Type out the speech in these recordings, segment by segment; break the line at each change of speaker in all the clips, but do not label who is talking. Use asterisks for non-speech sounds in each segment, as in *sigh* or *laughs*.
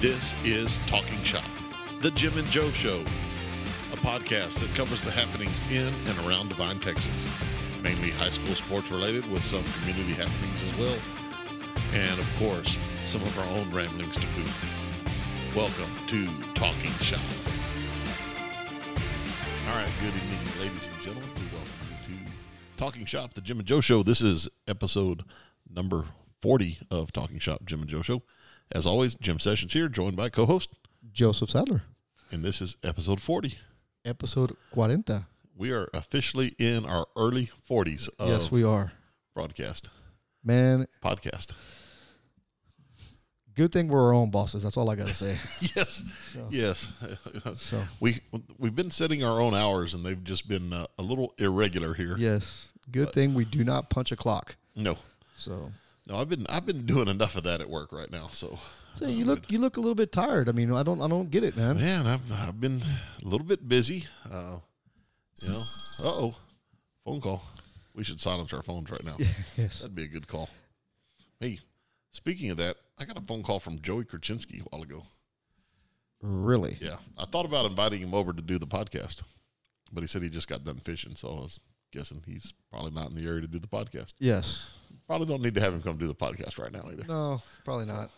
This is Talking Shop, the Jim and Joe Show, a podcast that covers the happenings in and around Divine, Texas, mainly high school sports related with some community happenings as well, and of course, some of our own ramblings to boot. Welcome to Talking Shop. All right, good evening, ladies and gentlemen. We welcome you to Talking Shop, the Jim and Joe Show. This is episode number 40 of Talking Shop, Jim and Joe Show. As always, Jim Sessions here, joined by co host,
Joseph Sadler,
and this is episode 40.
episode 40.
We are officially in our early 40s of
yes, we are.
broadcast,
Man,
podcast. *laughs*
good thing we're our own bosses. That's all I got to say.
Yes,
So-
yes. *laughs*
so,
we, we've been setting our own hours, and they've just been uh, a little irregular here.
yes, good thing we do not punch a clock.
No.
So,
No, I've been I've been doing enough of that at work right now. So,
so you look you look a little bit tired. I mean, I don't I don't get it,
*laughs*
man.
man, I've, I've been a little bit busy. Uh, you know, uh oh, phone call. We should silence our phones right now.
Yes.
That'd be a good call. Hey, speaking of that, I got a phone call from Joey Kurchinski a while ago.
Really?
Yeah, I thought about inviting him over to do the podcast, but he said he just got done fishing, so I was guessing he's probably not in the area to do the podcast.
Yes.
Probably don't need to have him come do the podcast right now either.
No, probably not.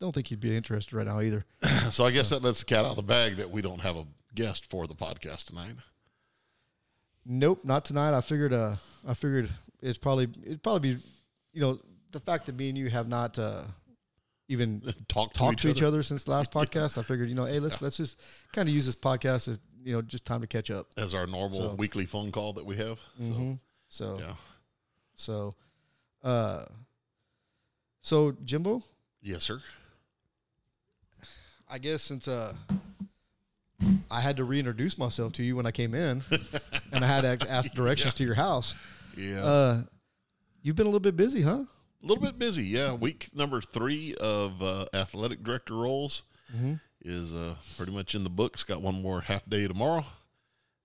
Don't think you'd be interested right now either.
*laughs* So I guess that lets the cat out of the bag that we don't have a guest for the podcast tonight. *laughs*
Nope, not tonight. I figured. Uh, I figured it's probably it'd probably be, you know, the fact that me and you have not uh, even
Talk to,
talked
each,
to
other.
each other since the
*laughs*
last podcast. I figured, you know, hey, let's let's just kind of use this podcast as you know, just time to catch up.
as our normal
So-
weekly phone call that we have.
Mhm. So
So Mm-hmm. yeah,
so, uh, so Jimbo,
yes, sir. *laughs*
I guess since uh, I had to reintroduce myself to you when I
*laughs*
came in, and I had to ac- ask directions to your house.
Yeah,
Uh, you've been a little bit busy, huh?
a little bit busy. Yeah, week number three of uh, athletic director roles is uh, pretty much in the books. Got one more half day tomorrow,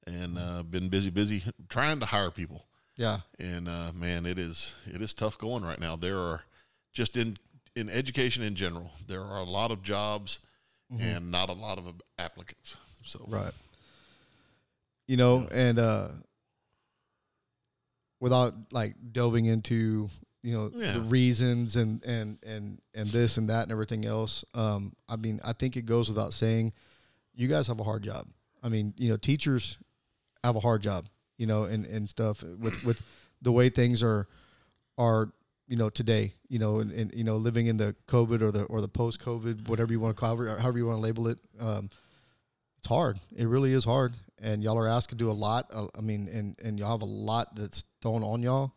and uh, been busy, busy trying to hire people.
Yeah.
And uh, man, it is it is tough going right now. There are just in in education in general, there are a lot of jobs and not a lot of applicants. So
Mm-hmm. Right. You know, and uh without like delving into, you know,
Yeah.
the reasons and and and and this and that and everything else, um I mean, I think it goes without saying you guys have a hard job. I mean, you know, teachers have a hard job, you know, and and stuff with with the way things are are you know today you know and, and you know living in the covid or the or the post covid whatever you want to cover or however you want to label it um it's hard it really is hard and y'all are asked to do a lot uh, i mean and and y'all have a lot that's thrown on y'all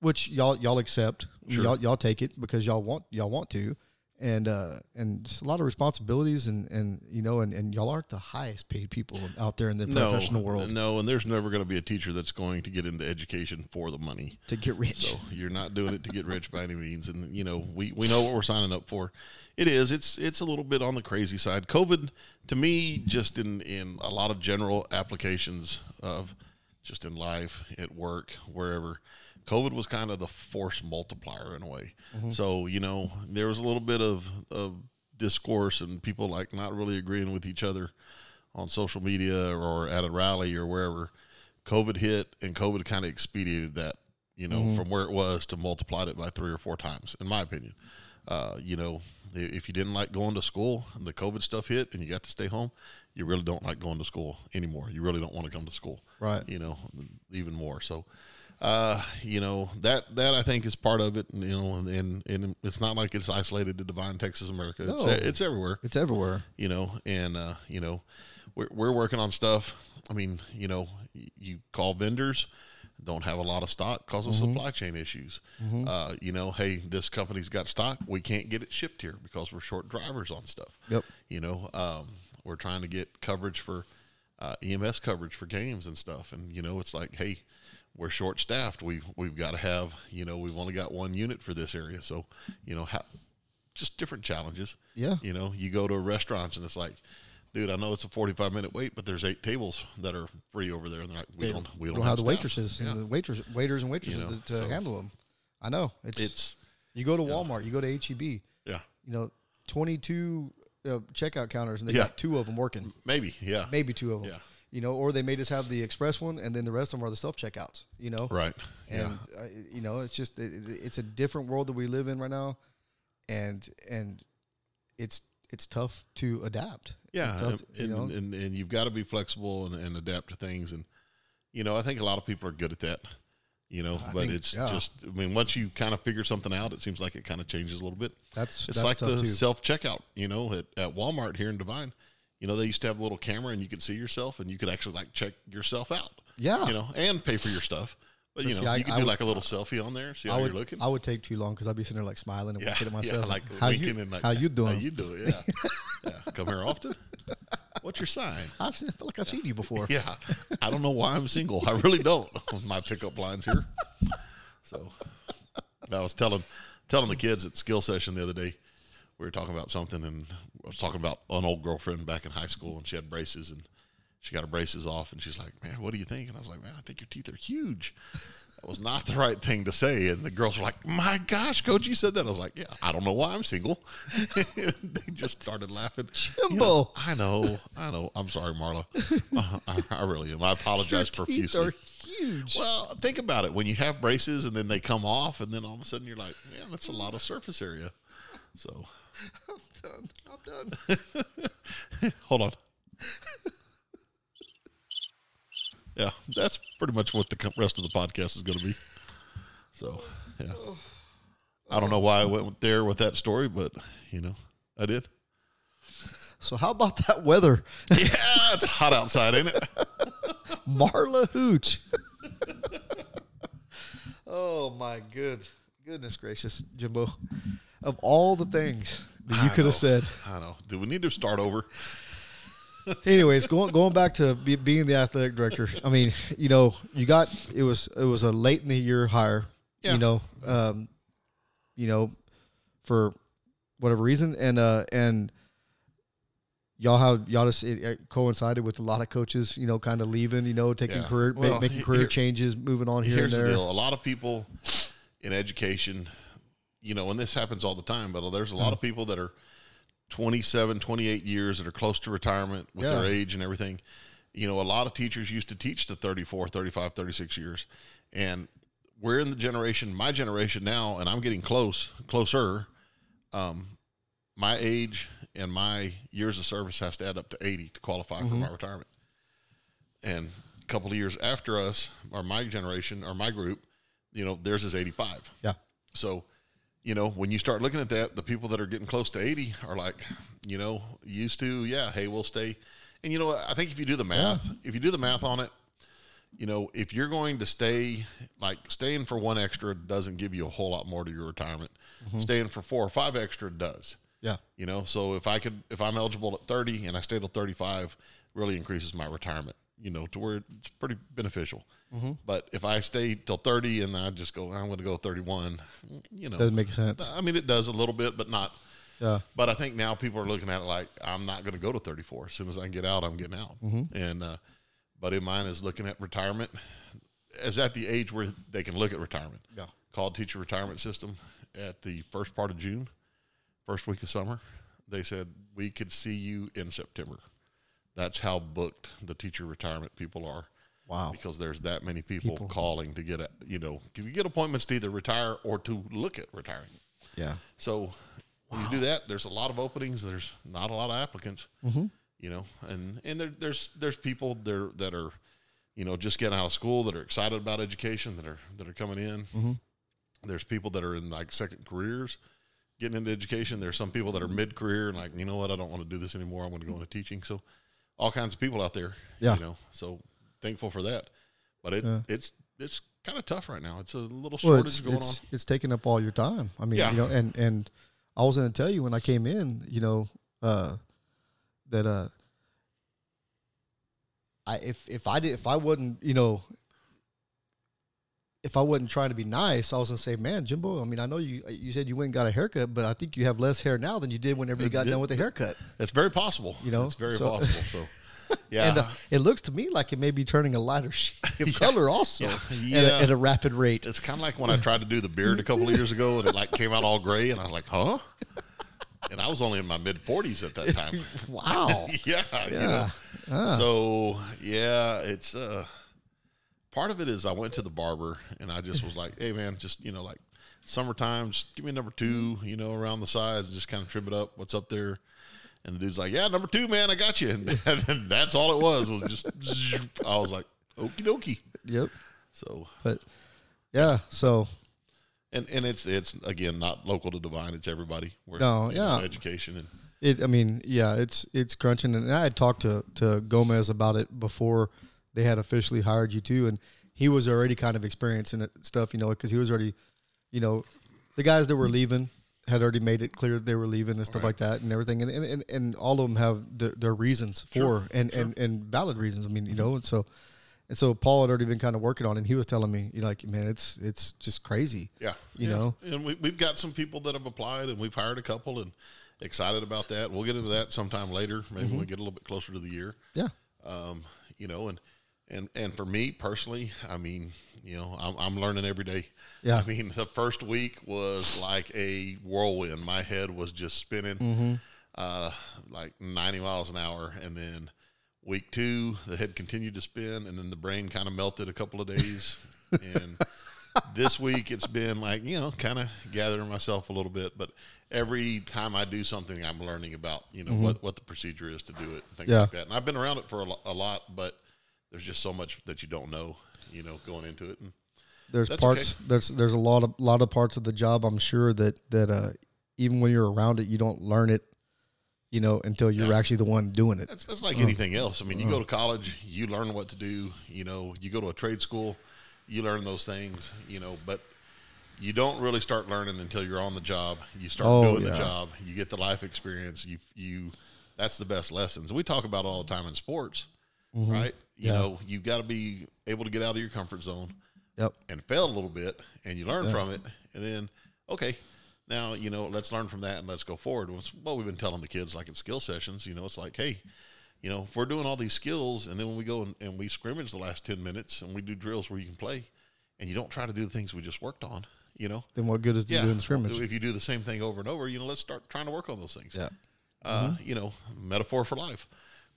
which y'all y'all accept
Sure.
y'all y'all take it because y'all want y'all want to and uh and just a lot of responsibilities and and you know and and y'all aren't the highest paid people out there in the professional world
No, and there's never going to be a teacher that's going to get into education for the money.
to get rich
So you're not doing it to get rich by any means. And you know, we, we know what we're signing up for. It is. It's it's a little bit on the crazy side. COVID to me, just in in a lot of general applications of just in life, at work, wherever. COVID was kind of the force multiplier in a way. So, you know, there was a little bit of, of discourse and people like not really agreeing with each other on social media or at a rally or wherever. COVID hit and COVID kind of expedited that, you know,
Mm-hmm.
from where it was to multiplied it by three or four times, in my opinion. Uh, you know, i- if you didn't like going to school and the COVID stuff hit and you got to stay home, you really don't like going to school anymore. You really don't want to come to school.
Right.
You know, even more. So, uh, you know, that, that I think is part of it. You know, and, and, and it's not like it's isolated to Divine Texas America.
No.
It's, it's everywhere
it's everywhere
you know, and uh, you know, we're we're working on stuff. I mean, you know, y- you call vendors, don't have a lot of stock because of supply chain issues. Uh, you know, hey, this company's got stock, we can't get it shipped here because we're short drivers on stuff.
Yep.
You know, um, we're trying to get coverage for uh, EMS coverage for games and stuff, and you know, it's like, hey, we're short staffed. We have we've got to have, you know, we've only got one unit for this area, so you know, how just different challenges.
Yeah.
You know, you go to restaurants and it's like, dude, I know it's a forty-five minute wait, but there's eight tables that are free over there, and they're like, we don't, we don't,
don't have the
staff.
waitresses
Yeah.
and the waitress, waiters and waitresses
know,
to, to
so-
handle them. I know it's,
It's
E you go to Walmart, you go to HEB, you
yeah,
know, 22 uh, checkout counters and they
Yeah.
got two of them working,
Maybe, yeah,
maybe two of them.
Yeah.
You know, or they may just have the express one and then the rest of them are the self checkouts. You know,
right.
and uh, you know it's just it, it- it's a different world that we live in right now and and it's it's tough to adapt
Yeah,
it's tough
and,
to- you
and,
know
and and you've got to be flexible and, and adapt to things. And you know, I think a lot of people are good at that. You know, but
think-
it's
yeah.
just I mean, once you kind of figure something out, it seems like it kind of changes a little bit.
that's
It's
that's
like
tough
the
too
self checkout. You know, at, at Walmart here in Divine, you know, they used to have a little camera and you could see yourself and you could actually like check yourself out.
yeah
You know, and pay for your stuff. But you
But see,
know,
I-
you could
I
do
would-
like a little selfie on there, see how
I would
you're looking.
I would take too long because I'd be sitting there like smiling and
yeah,
winking
*laughs*
at
yeah,
myself
like
how
winking
you
and like
how you
*laughs*
doing
How you doing? Yeah. yeah. Come here
*laughs*
often. What's your sign?
I've seen, I feel like I've seen
*laughs*
you before
Yeah, I don't know why I'm single. I really don't. *laughs* With my pickup lines here. So, I was telling telling the kids at skill session the other day. We were talking about something, and I was talking about an old girlfriend back in high school, and she had braces, and she got her braces off, and she's like, "Man, what do you think?" And I was like, "Man, I think your teeth are huge." That was not the right thing to say, and the girls were like, "My gosh, coach, you said that." I was like, "Yeah, I don't know why I'm single." *laughs* they just started laughing. You know,
Jimbo.
I know, I know. I'm sorry, Marla. Uh, I, I really am. I apologize
teeth
profusely.
are huge
Well, think about it. When you have braces and then they come off, and then all of a sudden you're like, man, that's a lot of surface area. So
I'm done I'm done
*laughs* hold on. Yeah, that's pretty much what the co- rest of the podcast is going to be. So, yeah. I don't know why I went there with that story, but, you know, I
*laughs*
did.
so how about that weather *laughs*
Yeah, it's hot outside, ain't it?
Marla Hooch. *laughs* oh my good goodness gracious, Jimbo! Of all the things that you
I
could
know.
have said.
I know. Do we need to start over?
Anyways, going going back to be, being the athletic director. I mean, you know, you got it was it was a late in the year hire.
Yeah.
You know, um, you know, for whatever reason, and uh, and y'all how y'all just it, it coincided with a lot of coaches, you know, kind of leaving, you know, taking
Yeah.
career ma-
Well,
making
he-
career
here-
changes, moving on here
Here's
and
the
there.
deal: a lot of people in education, you know, and this happens all the time, but there's a lot of people that are 27, 28 years that are close to retirement with their
Yeah.
age and everything. You know, a lot of teachers used to teach to 34, 35, 36 years, and we're in the generation, my generation now, and I'm getting close, closer. Um, my age and my years of service has to add up to 80 to qualify for my retirement and a couple of years after us or my generation or my group you know theirs is 85
Yeah.
so you know when you start looking at that the people that are getting close to 80 are like you know used to yeah hey we'll stay and you know what? i think if you do the math if you do the math on it you know if you're going to stay like staying for one extra doesn't give you a whole lot more to your retirement staying for four or five extra does
Yeah.
you know so if i could if i'm eligible at 30 and i stay till 35 really increases my retirement you know to where it's pretty beneficial
Mm-hmm.
but if i stay till 30 and i just go i'm going to go 31 you know
Doesn't make sense.
i mean it does a little bit but not
Yeah.
but i think now people are looking at it like i'm not going to go to 34 as soon as i get out i'm getting out
Mm-hmm.
and uh, buddy of mine is looking at retirement is at the age where they can look at retirement
Yeah.
called teacher retirement system at the first part of June, first week of summer. They said we could see you in September. That's how booked the teacher retirement people are
Wow.
because there's that many people, calling to get a, you know, can you get appointments to either retire or to look at retiring.
Yeah.
So when you do that, there's a lot of openings. There's not a lot of applicants.
Mm-hmm.
You know, and and there, there's there's people there that are, you know, just getting out of school that are excited about education that are that are coming in.
Mm-hmm.
There's people that are in like second careers, getting into education. There's some people that
Mm-hmm.
are mid career and like, you know what, I don't want to do this anymore. I'm going to go into teaching. So all kinds of people out there.
Yeah.
You know, so thankful for that. But it
Yeah.
it's it's kind of tough right now. It's a little
Well,
shortage
it's
going on.
it's, it's taking up all your time. I mean,
Yeah.
you know, and and I was going to tell you when I came in, you know, uh, that uh, I if if I did if I wasn't, you know, if I wasn't trying to be nice, I was going to say, man, Jimbo. I mean, I know you you said you went and got a haircut, but I think you have less hair now than you did whenever you got
did.
done with the haircut.
It's very possible.
You know,
it's very
so-
possible.
*laughs*
So, yeah,
And uh, it looks to me like it may be turning
*laughs*
a lighter *laughs* shade of color *laughs* also
Yeah.
At,
Yeah.
a, at a rapid rate.
it's kind of like when I tried to do the beard a couple of years ago, and it like came out all gray, and I was like, "Huh?" and I was only in my mid forties at that
*laughs*
time. *laughs*
Wow.
yeah, you know.
yeah. Ah.
So yeah, it's uh part of it is I went to the barber and I just was like, hey man, just you know, like summertime, just give me a number two, you know, around the sides, just kind of trim it up. What's up there? And the dude's like, yeah, number two, man, I got you. *laughs* And, then that's all it was was just *laughs* zoop. I was like, okie dokie.
yep.
So
But yeah. So
and and it's it's again not local to divine. It's everybody. We're,
No,
you know,
yeah.
education and
It, I mean, yeah, it's it's crunching, and I had talked to to Gomez about it before they had officially hired you too, and he was already kind of experiencing it, stuff, you know, because he was already, you know, the guys that were leaving had already made it clear they were leaving and stuff like that and everything, and and, and, and all of them have their, their reasons for and, and and valid reasons. I mean, you know, and so and so Paul had already been kind of working on it. And he was telling me, you know, like, man, it's it's just crazy.
Yeah.
You
Yeah.
know?
And we, we've got some people that have applied and we've hired a couple and excited about that. We'll get into that sometime later. Maybe
Mm-hmm.
when we get a little bit closer to the year.
Yeah.
Um, you know, and, and, and for me personally, I mean, you know, I'm, I'm learning every day.
Yeah.
I mean, the first week was like a whirlwind. My head was just spinning,
Mm-hmm.
uh, like 90 miles an hour. And then week two, the head continued to spin and then the brain kind of melted a couple of
*laughs*
days. and, this week it's been like you know kind of gathering myself a little bit but every time i do something i'm learning about you know what, what the procedure is to do it things
Yeah.
like that and i've been around it for a, lo- a lot but there's just so much that you don't know you know going into it and
there's
That's
parts there's there's a lot of lot of parts of the job I'm sure that that uh even when you're around it you don't learn it you know until you're actually the one doing it
that's, that's like anything else i mean you go to college you learn what to do you know you go to a trade school you learn those things you know but you don't really start learning until you're on the job you start
Oh,
doing the
yeah.
job you get the life experience you you that's the best lessons we talk about it all the time in sports
Mm-hmm.
right you know you got to be able to get out of your comfort zone
yep
and fail a little bit and you learn from it and then okay now you know let's learn from that and let's go forward Well, it's what we've been telling the kids like at skill sessions you know it's like hey you know if we're doing all these skills and then when we go and, and we scrimmage the last 10 minutes and we do drills where you can play and you don't try to do the things we just worked on you know
then what good is
yeah
doing the scrimmage
if you do the same thing over and over you know let's start trying to work on those things
yeah Mm-hmm.
uh, you know, metaphor for life,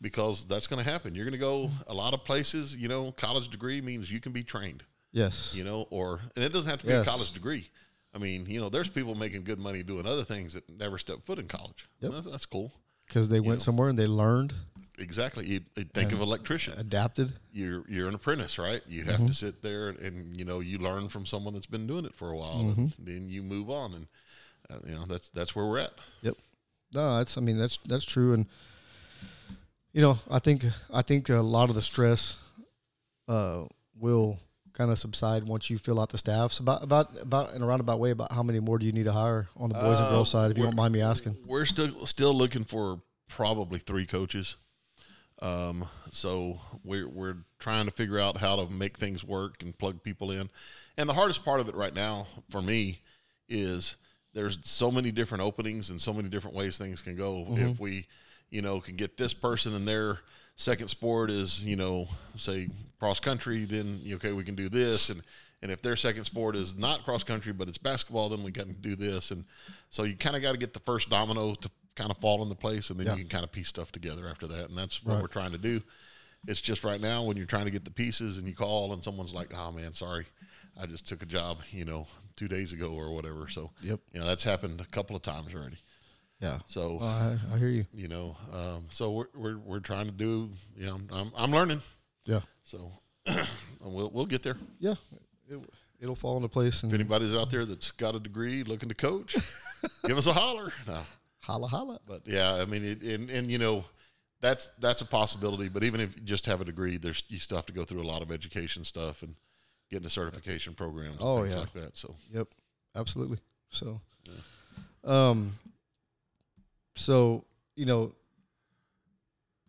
because that's going to happen. You're going to go a lot of places. You know, college degree means you can be trained.
yes
You know, or and it doesn't have to be
Yes.
a college degree. I mean, you know, there's people making good money doing other things that never step foot in college. That's, that's cool.
cuz they went somewhere and they learned
Exactly. You, you think of electrician.
adapted
You're you're an apprentice, right? You have to sit there and, you know you learn from someone that's been doing it for a while, and then you move on, and uh, you know that's that's where we're at.
Yep. No, that's I mean that's that's true, and you know I think I think a lot of the stress uh, will kind of subside once you fill out the staffs. About about about in a roundabout way about how many more do you need to hire on the boys and girls side if you don't mind me asking.
Uh, We're still still looking for probably three coaches. Um, so we're we're trying to figure out how to make things work and plug people in. And the hardest part of it right now for me is there's so many different openings and so many different ways things can go. If we, you know, can get this person and their second sport is, you know, say cross country, then okay, we can do this and and if their second sport is not cross country but it's basketball, then we can do this. And so you kind of got to get the first domino to kind of fall into place, and then you can kind of piece stuff together after that. And that's what we're trying to do. It's just right now when you're trying to get the pieces and you call and someone's like, "Oh man, sorry, I just took a job, you know, two days ago or whatever." So
Yep.
you know that's happened a couple of times already.
Yeah.
So
Well, Uh, I, I hear you.
you know, um, so we're, we're we're trying to do. You know, I'm I'm learning,
Yeah.
so *clears throat* we'll we'll get there.
Yeah. It, it'll fall into place
If
and
anybody's out there that's got a degree looking to
*laughs*
coach, give us a holler. No.
holla holla.
But yeah, I mean, it, and and you know, that's that's a possibility. But even if you just have a degree, there's you still have to go through a lot of education stuff and get into certification programs and
Oh,
things
yeah.
like that. So
Yep, absolutely. So, um, so you know,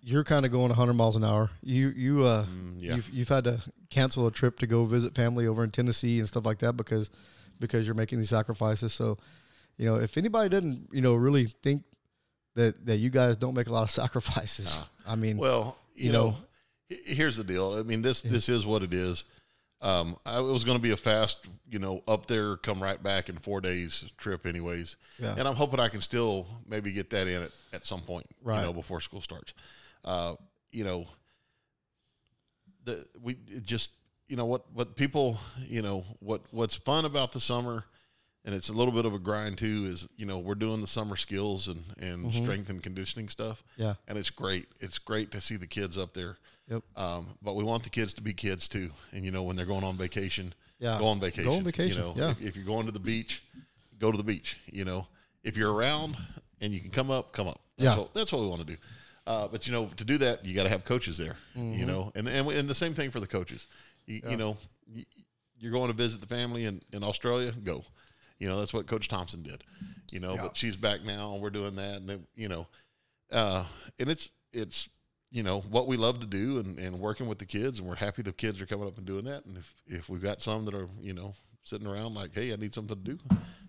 you're kind of going 100 miles an hour. You you uh,
Mm, yeah.
you've you've had to cancel a trip to go visit family over in Tennessee and stuff like that because because you're making these sacrifices. So, you know, if anybody doesn't you know really think that that you guys don't make a lot of *laughs* sacrifices, I mean,
well, you,
You
know,
know.
he- here's the deal. I mean this this is what it is. Um, I, it was going to be a fast, you know, up there, come right back in four days trip, anyways.
Yeah.
And I'm hoping I can still maybe get that in at, at some point,
Right.
you know, before school starts. Uh, you know, the we it just you know what what people you know what what's fun about the summer, and it's a little bit of a grind too. Is you know we're doing the summer skills and and
Mm-hmm.
strength and conditioning stuff
Yeah.
and it's great. It's great to see the kids up there.
Yep.
Um, but we want the kids to be kids too, and you know when they're going on vacation,
Yeah.
go on vacation.
Go on vacation,
You know,
yeah.
if, if you're going to the beach, go to the beach. You know, if you're around and you can come up, come up. That's
Yeah.
what, that's what we want to do. Uh, but you know, to do that, you got to have coaches there. You know, and and and the same thing for the coaches. You, you know, y- you're going to visit the family in, in Australia, go. You know, that's what Coach Thompson did. You know, but she's back now, and we're doing that, and then, you know, uh, and it's it's you know what we love to do and, and working with the kids and we're happy the kids are coming up and doing that and if, if we've got some that are you know sitting around like hey i need something to do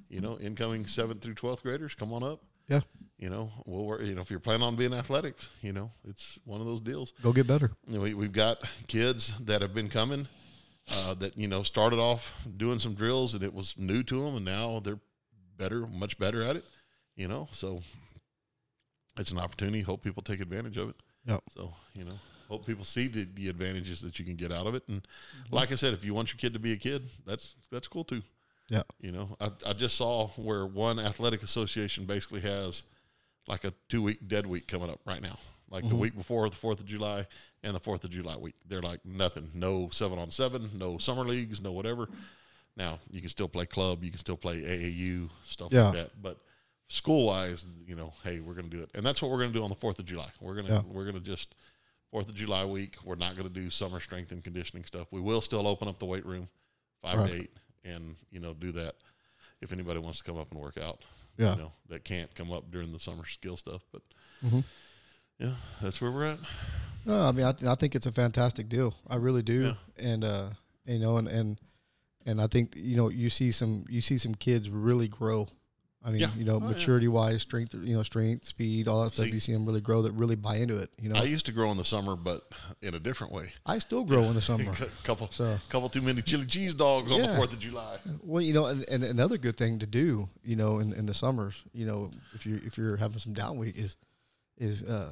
you know incoming 7th through 12th graders come on up
Yeah.
you know we'll work you know if you're planning on being athletics you know it's one of those deals
Go get better.
you know, we, we've got kids that have been coming uh, that you know started off doing some drills and it was new to them and now they're better much better at it you know so it's an opportunity hope people take advantage of it
Yep.
so you know hope people see the, the advantages that you can get out of it and like i said if you want your kid to be a kid that's that's cool too
Yeah.
you know, I, I just saw where one athletic association basically has like a two week dead week coming up right now. Like
Mm-hmm.
the week before the 4th of July and the 4th of July week. They're like nothing. No seven on seven, no summer leagues, no whatever. Now, you can still play club, you can still play AAU, stuff
Yeah.
like that. But school wise, you know, hey, we're going to do it. And that's what we're going to do on the 4th of July. We're going to,
Yeah.
we're going to just. Fourth of July week, we're not going to do summer strength and conditioning stuff. We will still open up the weight room five
Right.
to eight and you know do that if anybody wants to come up and work out.
Yeah.
You know, that can't come up during the summer skill stuff, but
Mhm.
yeah, that's where we're at.
No, I mean, I, th- I think it's a fantastic deal. I really do. And uh, you know, and and and I think you know, you see some you see some kids really grow. I mean,
Yeah.
you know,
Oh, yeah.
maturity wise, strength, you know, strength, speed, all that stuff.
See-
you see them really grow that really buy into it. You know,
I
I,
used to grow in the summer, but in a different
*laughs*
way.
still grow
*laughs*
in the summer.
A couple,
So-
couple too many chili cheese dogs on the
Yeah.
Fourth of July. *laughs*
Well, you know, and, and another good thing to do, you know, in, in the summers, you know, if you if you're having some down week is is uh,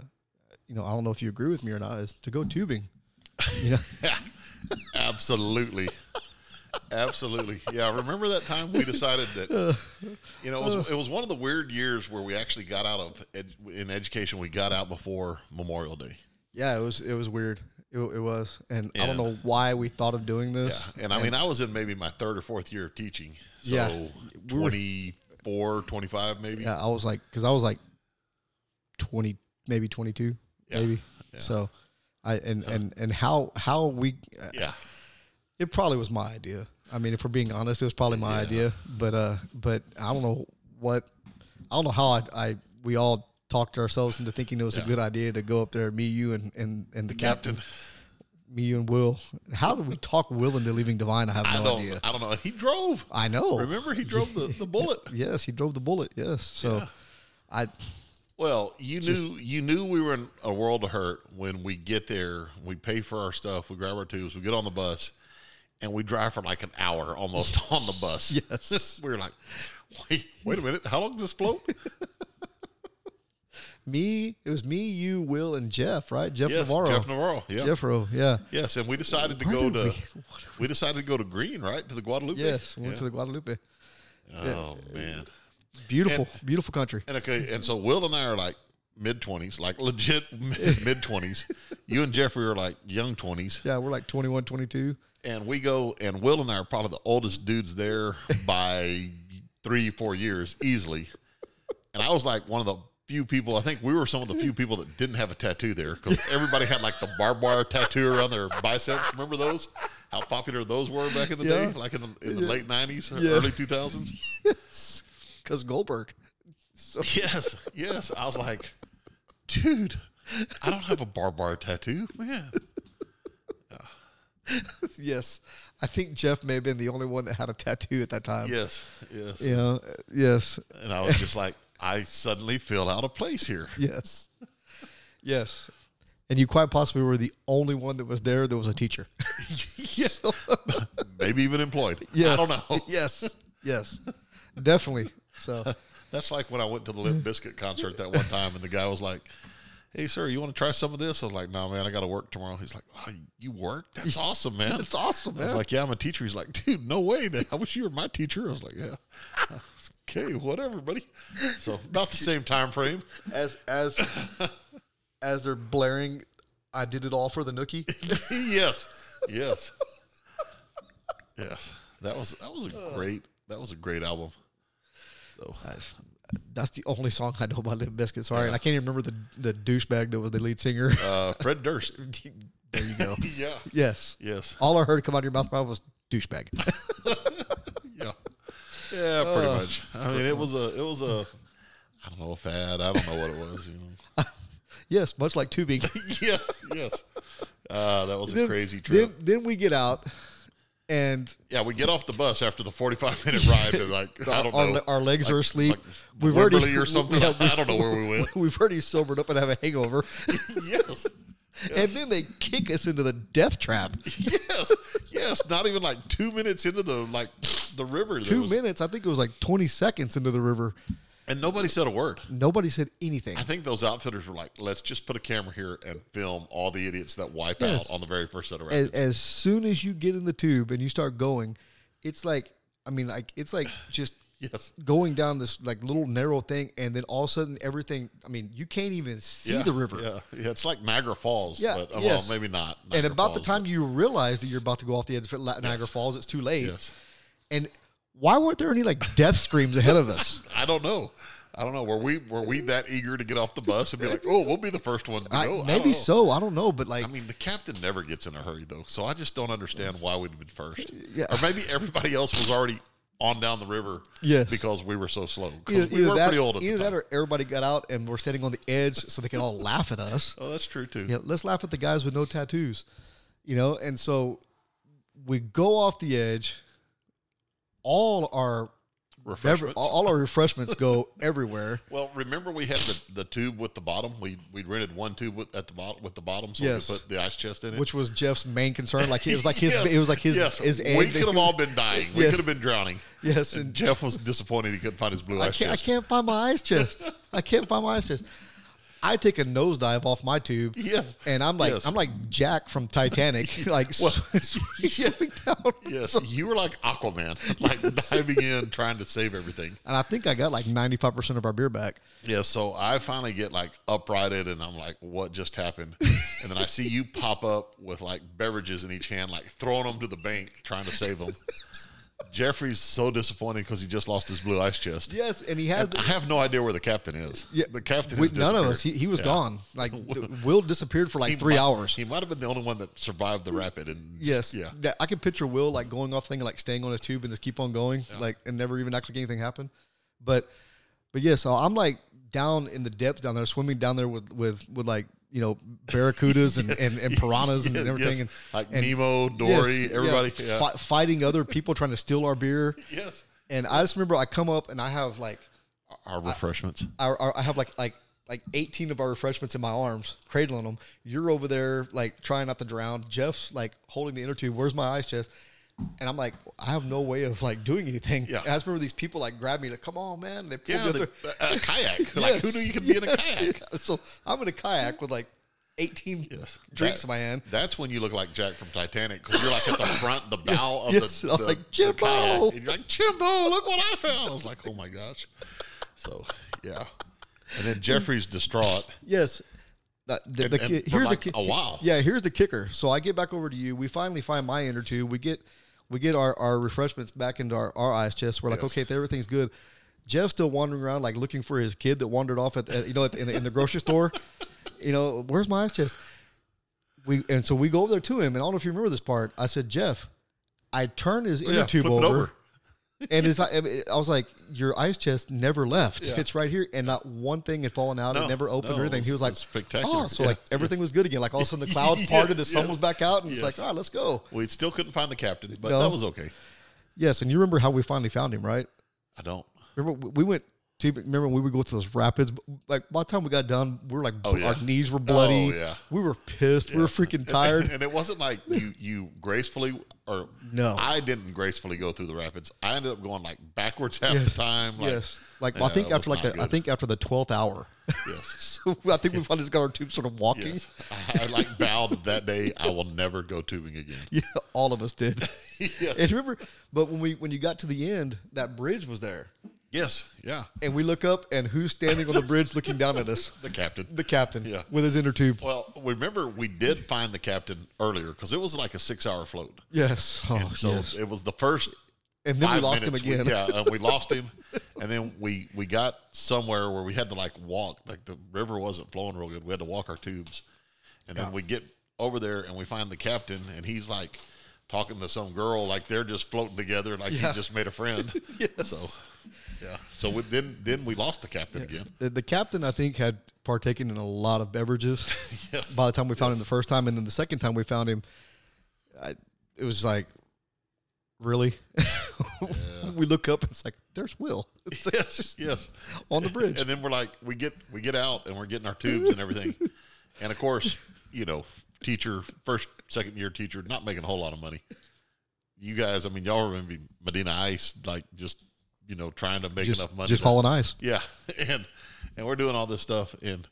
you know, I don't know if you agree with me or not, is to
*laughs*
go tubing. You know,
Absolutely. Absolutely. Yeah, I remember that time we decided that you know, it was, it was one of the weird years where we actually got out of ed, in education, we got out before Memorial Day.
yeah, it was it was weird. It, it was, and I don't
Yeah.
know why we thought of doing this.
Yeah. And I mean, I was in maybe my third or fourth year of teaching. So
Yeah. We were-
24, 25 maybe.
Yeah, I was like, because I was like twenty, maybe twenty two,
Yeah.
maybe.
Yeah.
So, I and and and how how we
Yeah.
It probably was my idea. I mean, if we're being honest, it was probably my idea. But uh, but I don't know what I don't know how I, I we all talked ourselves into thinking it was a good idea to go up there, me, you, and and and the captain, me, you, and Will. How did we talk Will into leaving Divine? I have
I
no
don't
idea. Oh.
I don't know. He drove.
I know.
Remember he drove the, the
*laughs*
bullet.
Yes, he drove the bullet. Yes, so
*laughs*
I
Well, you knew you knew we were in a world of hurt when we get there, we pay for our stuff, we grab our tubes, we get on the bus, and we drive for like an hour almost *laughs* on the bus.
Yes.
we were like, wait, wait a minute, how long does this float?
*laughs* me it was me, you, Will, and Jeff. Right, Jeff
yes,
Navarro.
Jeff Navarro. Yeah.
Jeffro, yeah.
Yes, and we decided to
Where
go
did
to
we- what
we decided to go to Green, right? To the Guadalupe.
Yes, we went
Yeah.
to the Guadalupe.
Oh man.
Beautiful, beautiful country.
And okay, and so Will and I are like mid twenties, like legit *laughs* mid twenties. you and Jeffrey are like young twenties,
Yeah, we're like 21, 22.
and we go. And Will and I are probably the oldest dudes
*laughs*
there by three, four years easily. And I was like one of the few people. I think we were some of the few people that didn't have a tattoo there because everybody had like the barbed wire tattoo around their biceps. Remember those? How popular those were back in the
Yeah.
day, like in the, in the late nineties,
Yeah.
early two thousands.
Because Goldberg. *laughs*
Yes, yes. I was like, dude, I don't have a barbed wire tattoo, man.
yes. I think Jeff may have been the only one that had a tattoo at that time.
Yes, yes.
Yeah. uh, Yes.
And I was just like, I suddenly feel out of place here.
Yes. Yes. and you quite possibly were the only one that was there that was a teacher. *laughs*
*laughs* Yes. Maybe even employed. I
Yes.
don't know.
*laughs*
*laughs*
Yes. Yes. Definitely. So
That's like when I went to the Limp Biscuit concert that one time, and the guy was like, "Hey, sir, you want to try some of this?" I was like, "No, man, I got to work tomorrow." He's like, "Oh, you work? That's
*laughs*
awesome, man.
it's awesome,
I was
man.
like, "Yeah, I'm a teacher." He's like, "Dude, no way! That I wish you were my teacher." I was like, "Yeah, *laughs* okay, whatever, buddy." So not the same time frame. *laughs*
as as as they're blaring, I did it all for
*laughs*
the nookie.
yes, yes, yes. That was that was
Uh.
a great that was a great album. So
That's the only song I know by Limp Bizkit. Sorry, and
Yeah.
I can't even remember the the douchebag that was the lead singer.
uh, Fred Durst.
there you go.
*laughs* yeah.
*laughs* yes.
Yes.
All I heard come out of your mouth was douchebag.
*laughs*
*laughs*
Yeah. Yeah, pretty much. I mean, it was a it was a I don't know a fad. I don't know what it was. You know.
yes, much like tubing.
*laughs* yes. Yes. Uh, that was a crazy trip.
*laughs* Then then we get out and
Yeah, we get off the bus after the forty-five minute ride, and *laughs* like I don't
our,
know,
our legs
Like-
are asleep.
like Wimberley *laughs* or something.
*laughs* yeah, we-
I don't know where we went.
We've already sobered up and have a hangover,
*laughs* yes,
and then they kick us into the death trap.
yes, yes. Not even like two minutes into the like the river. there
Two
was-
minutes, I think it was like twenty seconds into the river.
and nobody said a word.
Nobody said anything.
I think those outfitters were like, "Let's just put a camera here and film all the idiots that wipe
Yes.
out on the very first set of
As,
rapids."
as soon as you get in the tube and you start going, it's like I mean, like it's like just
yes,
going down this like little narrow thing, and then all of a sudden everything. I mean, you can't even see
yeah,
the river.
Yeah, yeah, it's like Niagara Falls,
Yeah,
but oh,
yes.
well, maybe not.
And
Niagara
about the
Falls,
time you realize that you're about to go off the edge of Niagara Falls, it's too
but-
late.
yes,
And why weren't there any like death screams ahead
*laughs*
of us?
I don't know. I don't know. Were we were we that eager to get off the bus and be like, "Oh, we'll be the first ones to
I,
go"? Oh, I don't
maybe
know.
so. I don't know, but like,
I mean, the captain never gets in a hurry though, so I just don't understand why we'd have been first.
Yeah.
Or maybe everybody else was already on down the river.
Yes.
Because we were so slow. 'Cause
either,
we
either
were
that,
pretty old at the
either
time.
that, or everybody got out and we're standing on the edge so they can all laugh at us.
oh, that's true too.
Yeah, let's laugh at the guys with no tattoos, you know. And so we go off the edge. All our bever-
Refreshments.
all our refreshments go everywhere.
well, remember we had the, the tube with the bottom. We we rented one tube with, at the bottom with the bottom, so
Yes.
we could put the ice chest in it.
Which was Jeff's main concern. Like it was like
*laughs*
his,
Yes,
it was like his,
yes.
his
we
egg that
could have
he-
all been dying. We
Yes.
could have been drowning.
Yes, and
Jeff was disappointed he couldn't find his blue
I
ice
can't, I
chest.
can't find my ice chest. I can't find my ice chest. I take a nosedive off my tube.
Yes.
And I'm like,
Yes.
I'm like Jack from Titanic, *laughs* like
Well, *laughs*
sw- swimming down.
Yes, you were like Aquaman, *laughs* like diving in, trying to save everything.
And I think I got like 95% of our beer back.
Yeah, so I finally get like uprighted and I'm like, what just happened? and then I see you pop up with like beverages in each hand, like throwing them to the bank, trying to save them. Jeffrey's so disappointed because he just lost his blue ice chest.
Yes. And he has
And I have no idea where the captain is.
Yeah.
the captain
with
has
none of us. He,
disappeared.
he was
Yeah.
gone.
*laughs*
Like Will disappeared for like
He
three
might-
hours.
He might have been the only one that survived the rapid. And
yes.
yeah,
That, I can picture Will like going off thing and like staying on his tube and just keep on going, like and never even act like anything happened. But but yeah, so I'm like down in the depths down there, swimming down there with with with like you know
*laughs*
barracudas and, and, and piranhas and,
Yeah,
everything
yes.
and
like
and-
Nemo,
yes,
Dory,
yeah,
everybody.
fi-
Yeah.
fighting other people trying to steal our beer.
yes,
And I just remember I come up and I have like
our refreshments.
I, I I have like like like 18 of our refreshments in my arms, cradling them. You're over there like trying not to drown. Jeff's like holding the inner tube. Where's my ice chest? And I'm like, I have no way of like doing anything.
Yeah.
And I just remember these people like grab me, like, come on, man. They pull
yeah,
me up
the, uh,
there.
a kayak.
*laughs*
Like who
Yes,
knew you could be in a
yes,
kayak?
yeah. *laughs* So I'm in a kayak with like 18
Yes.
drinks
That-
in my hand.
That's when you look like Jack from Titanic because you're like at
*laughs*
the front, the bow of
Yes.
the.
I was
the-
like,
the kayak.
"Jimbo!"
and you're like, Jimbo, look what I found. I was like, oh my gosh. So, yeah. And then Jeffrey's distraught.
Yes. The, the,
And-
the,
and
ki-
for
here's
like
the ki-
a while.
Yeah, here's the kicker. So I get back over to you. We finally find my inner tube. We get we get our, our refreshments back into our, our ice chest. We're like,
Yes.
okay, everything's good. Jeff's still wandering around like looking for his kid that wandered off at, at you know at the, in, the, in the grocery store. *laughs* You know, where's my ice chest? We and so we go over there to him. And I don't know if you remember this part. I said, Jeff, I turned his inner
Oh, Yeah,
tube
flip it
over. And it's like, I mean, I was like, your ice chest never left.
Yeah.
It's right here, and not one thing had fallen out.
No,
it never opened
no,
or anything.
it's-
He was like,
it's spectacular.
Oh, so
Yeah,
like everything was good again. Like all of a sudden the
*laughs*
clouds
Yes,
parted, the sun
yes.
was back out, and it's
Yes.
like, all right, let's go.
We still couldn't find the captain, but
No.
that was okay.
Yes, and you remember how we finally found him, right?
I don't.
Remember we we went T- remember when we would go through those rapids? Like by the time we got done, we were like
Oh, yeah.
our knees were bloody.
Oh, yeah.
We were pissed. We were
*laughs*
freaking tired.
and it wasn't like you you gracefully or
No.
I didn't gracefully go through the rapids. I ended up going like backwards half the time. Like,
yes. Like well, I
yeah,
think
that
after
was
like
not
the, I
good.
think after the twelfth hour.
yes,
*laughs* so I think we finally just got our tubes sort of walking.
yes. I, I like vowed that day I will never go tubing again.
*laughs* Yeah, all of
*laughs*
us did.
yes.
and remember, but when we when you got to the end, that bridge was there,
yes, yeah.
and we look up, and who's standing on the bridge looking down at
*laughs*
us?
The captain.
The captain,
Yeah.
with his
*laughs*
inner tube.
well, remember we did find the captain earlier because it was like a six-hour float.
Yes. Oh,
So
yes.
it was the first
And then we
five
lost him
minutes, we-
again.
yeah, and we lost him, and then we we got somewhere where we had to like walk. Like the river wasn't flowing real good. We had to walk our tubes, and then we get over there and we find the captain, and he's like talking to some girl. Like they're just floating together, like
Yeah.
he just made a
*laughs*
friend.
*laughs* Yes.
So yeah, so we, then then we lost the captain again.
The, the captain, I think, had partaken in a lot of beverages
*laughs* Yes.
by the time we found him the first time. And then the second time we found him, I, it was like, really?
*laughs*
*laughs* we look up, and it's like, there's Will *laughs* It's like,
yes, yes.
on the bridge.
And then we're like, we get we get out and we're getting our tubes and
*laughs*
everything, and of course, you know, teacher first second year teacher not making a whole lot of money. You guys, I mean, y'all remember Medina Ice, like just you know trying to make
just
enough money.
just
to-
hauling ice.
*laughs* yeah, and and we're doing all this stuff, and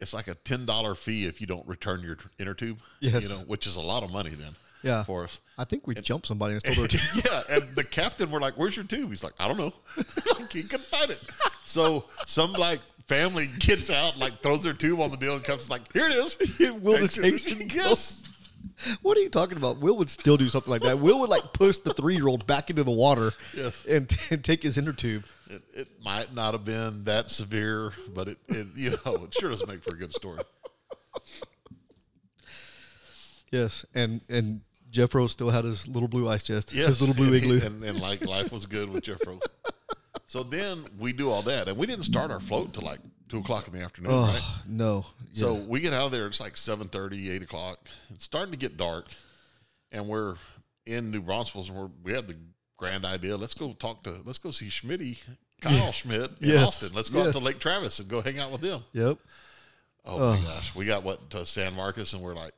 it's like a ten dollar fee if you don't return your inner tube.
Yes.
you know, which is a lot of money then.
Yeah.
for us.
I think we jumped somebody and stole
*laughs*
their tube.
yeah, and the captain were like, "Where's your tube?" He's like, "I don't know. *laughs* like, he couldn't find it." So some like family *laughs* gets out, like throws their tube on the deal, and comes like, "Here it is."
Will just
*laughs*
takes *laughs* it and
yes.
*laughs* What are you talking about? Will would still do something like that. Will would like push the three year old back into the water
Yes.
and, and take his inner tube.
It, it might not have been that severe, but it, it you know *laughs* it sure does make for a good story.
Yes, and and Jeff Rose still had his little blue ice chest,
Yes,
*laughs* his little
*laughs*
blue
and he-
igloo.
and, and like life was good with Jeff
*laughs*
Rose. So then we do all that, and we didn't start our float till like two o'clock in the afternoon,
oh
right?
no!
So we get out of there. It's like 7.30, 8 o'clock. It's starting to get dark, and we're in New Braunfels, and we're, we have the grand idea. Let's go talk to. Let's go see Schmitty, Kyle Schmidt in
Yes.
Austin. Let's go
Yeah.
out to Lake Travis and go hang out with them.
yep.
Oh, my gosh, we got what to San Marcos, and we're like,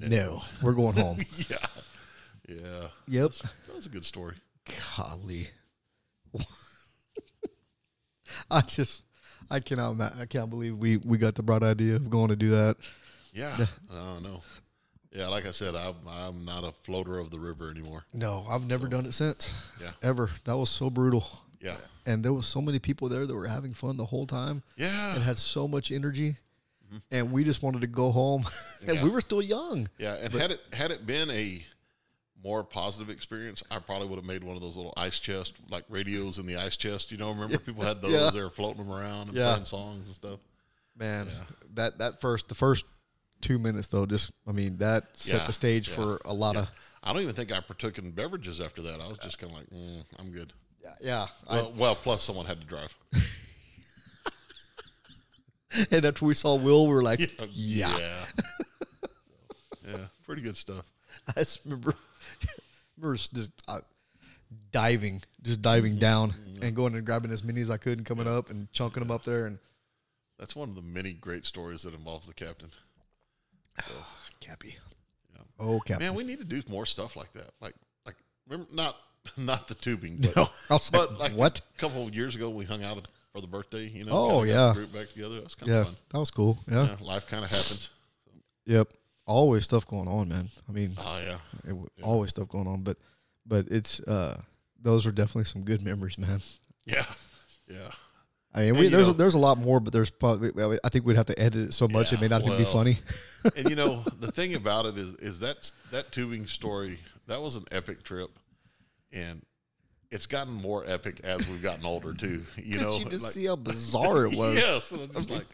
no,
we're going
*laughs*
home.
yeah, yeah.
yep.
That was a good story.
Golly, *laughs* I just I cannot ma- I can't believe we we got the bright idea of going to do that.
Yeah, I don't know. Yeah, like I said, I'm I'm not a floater of the river anymore.
No, I've never done it since.
Yeah.
Ever. That was so brutal.
Yeah,
And there was so many people there that were having fun the whole *laughs* time.
yeah.
and had so much energy, and we just wanted to go home, *laughs* and we
Yeah.
were still young.
Yeah, and had it had it been a more positive experience, I probably would have made one of those little ice chest like radios in the ice chest. You know, remember people had those?
Yeah.
They were floating them around and
Yeah.
playing songs and stuff.
Man, that that first the first two minutes though, just I mean that set
Yeah,
the stage
yeah,
for a lot of
I don't even think I partook in beverages after that. I was just kind of like, mm, I'm good.
yeah.
Well, well, plus someone had to drive. *laughs*
I, *laughs* and after we saw Will, we were like,
Yeah, yeah, yeah pretty good stuff.
*laughs* I just remember, *laughs* remember just uh, diving, just diving down and going and grabbing as many as I could and coming up and chunking them up there and.
That's one of the many great stories that involves the captain.
Cappy. Oh, Cappy.
Man, we need to do more stuff like that. Like, like remember not *laughs* not the tubing, but,
No. I was
but
like,
like
what?
A couple of years ago, we hung out for the birthday. You know,
Oh,
kinda got
yeah.
the group back together. That's kind of
Yeah,
fun.
that was cool. Yeah.
Yeah, life kind of
*laughs*
happens.
Yep. Always stuff going on, man. I mean,
Oh yeah,
it, w always stuff going on but but it's uh those are definitely some good memories man
yeah,
*laughs*
yeah.
i mean we,
you
there's a,
know-
there's a lot more but there's probably well, i think we'd have to edit it so much it may
Yeah,
not even be
well,
funny
and you know the thing about it is is that that tubing story that was an epic trip, and it's gotten more epic as we've gotten older too.
*laughs*
You know, like-
how bizarre
*laughs*
it
Yes, and I'm just like,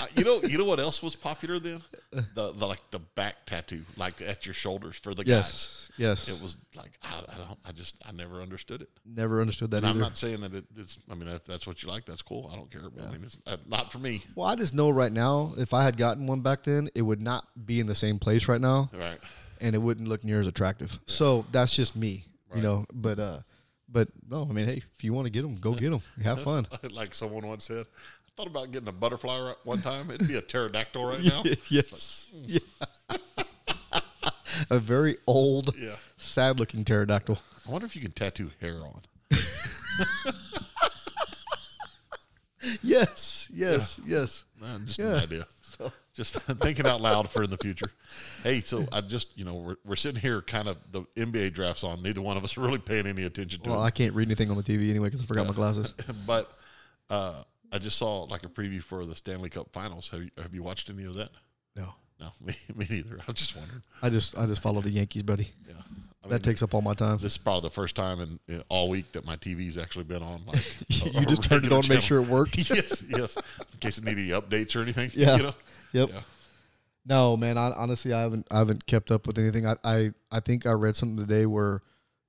I- you know, you know what else was popular then? The, the like the back tattoo, like at your shoulders for the
yes yes
guys. It was like I, I don't, I just, I never understood it.
never understood that
And I'm
either
not saying that it, it's. I mean, if that's what you like, that's cool. I don't care. But I mean, it's uh, not for me.
well i just know right now if i had gotten one back then it would not be in the same place right now
Right. *laughs*
and it wouldn't look near as attractive so that's just me you know but uh But no, I mean, hey, if you want to get them, go get them.
*laughs*
Have fun.
like someone once said, I thought about getting a butterfly right one time. It'd be a pterodactyl right
*laughs*
now.
yes.
Hmm.
Yeah. *laughs* A very old,
Yeah.
sad-looking pterodactyl.
I wonder if you can tattoo hair on.
Yes, yes, yes.
Man, Uh, just
Yeah.
an
*laughs*
idea. *laughs* Just thinking out loud for in the future. Hey, so I just, you know, we're, we're sitting here kind of the NBA drafts on. Neither one of us are really paying any attention to
Well,
it.
I can't read anything on the TV anyway because I forgot my glasses.
But uh, I just saw like a preview for the Stanley Cup Finals. Have you, have you watched any of that?
No,
*laughs* No, *laughs* me, me neither. I was just wondering.
I just I just follow the Yankees, buddy.
Yeah. I mean,
That takes up all my time.
this is probably the first time in, in all week that my TV's actually been on. Like
*laughs* *laughs* You
a- a
just turned it
regular
on to make
channel.
sure
*laughs*
it worked.
yes, yes. In case it needed any updates or anything. *laughs*
Yeah.
You know?
Yep.
Yeah.
No, man. I, honestly, I haven't I haven't kept up with anything. I, I I think I read something today where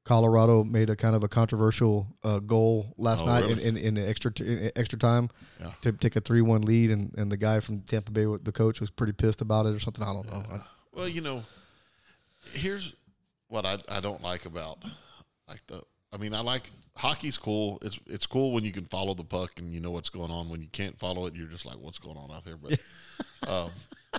Colorado made a kind of a controversial uh, goal last
Oh,
night
really?
in, in, in extra t- in extra time
Yeah.
to take a three one lead, and, and the guy from Tampa Bay, the coach, was pretty pissed about it or something. I don't know. I-
Well, you know, here's what I, I don't like about like the I mean, I like hockey's cool. It's it's cool when you can follow the puck and you know what's going on. When you can't follow it, you're just like, what's going on out here?
*laughs*
But um,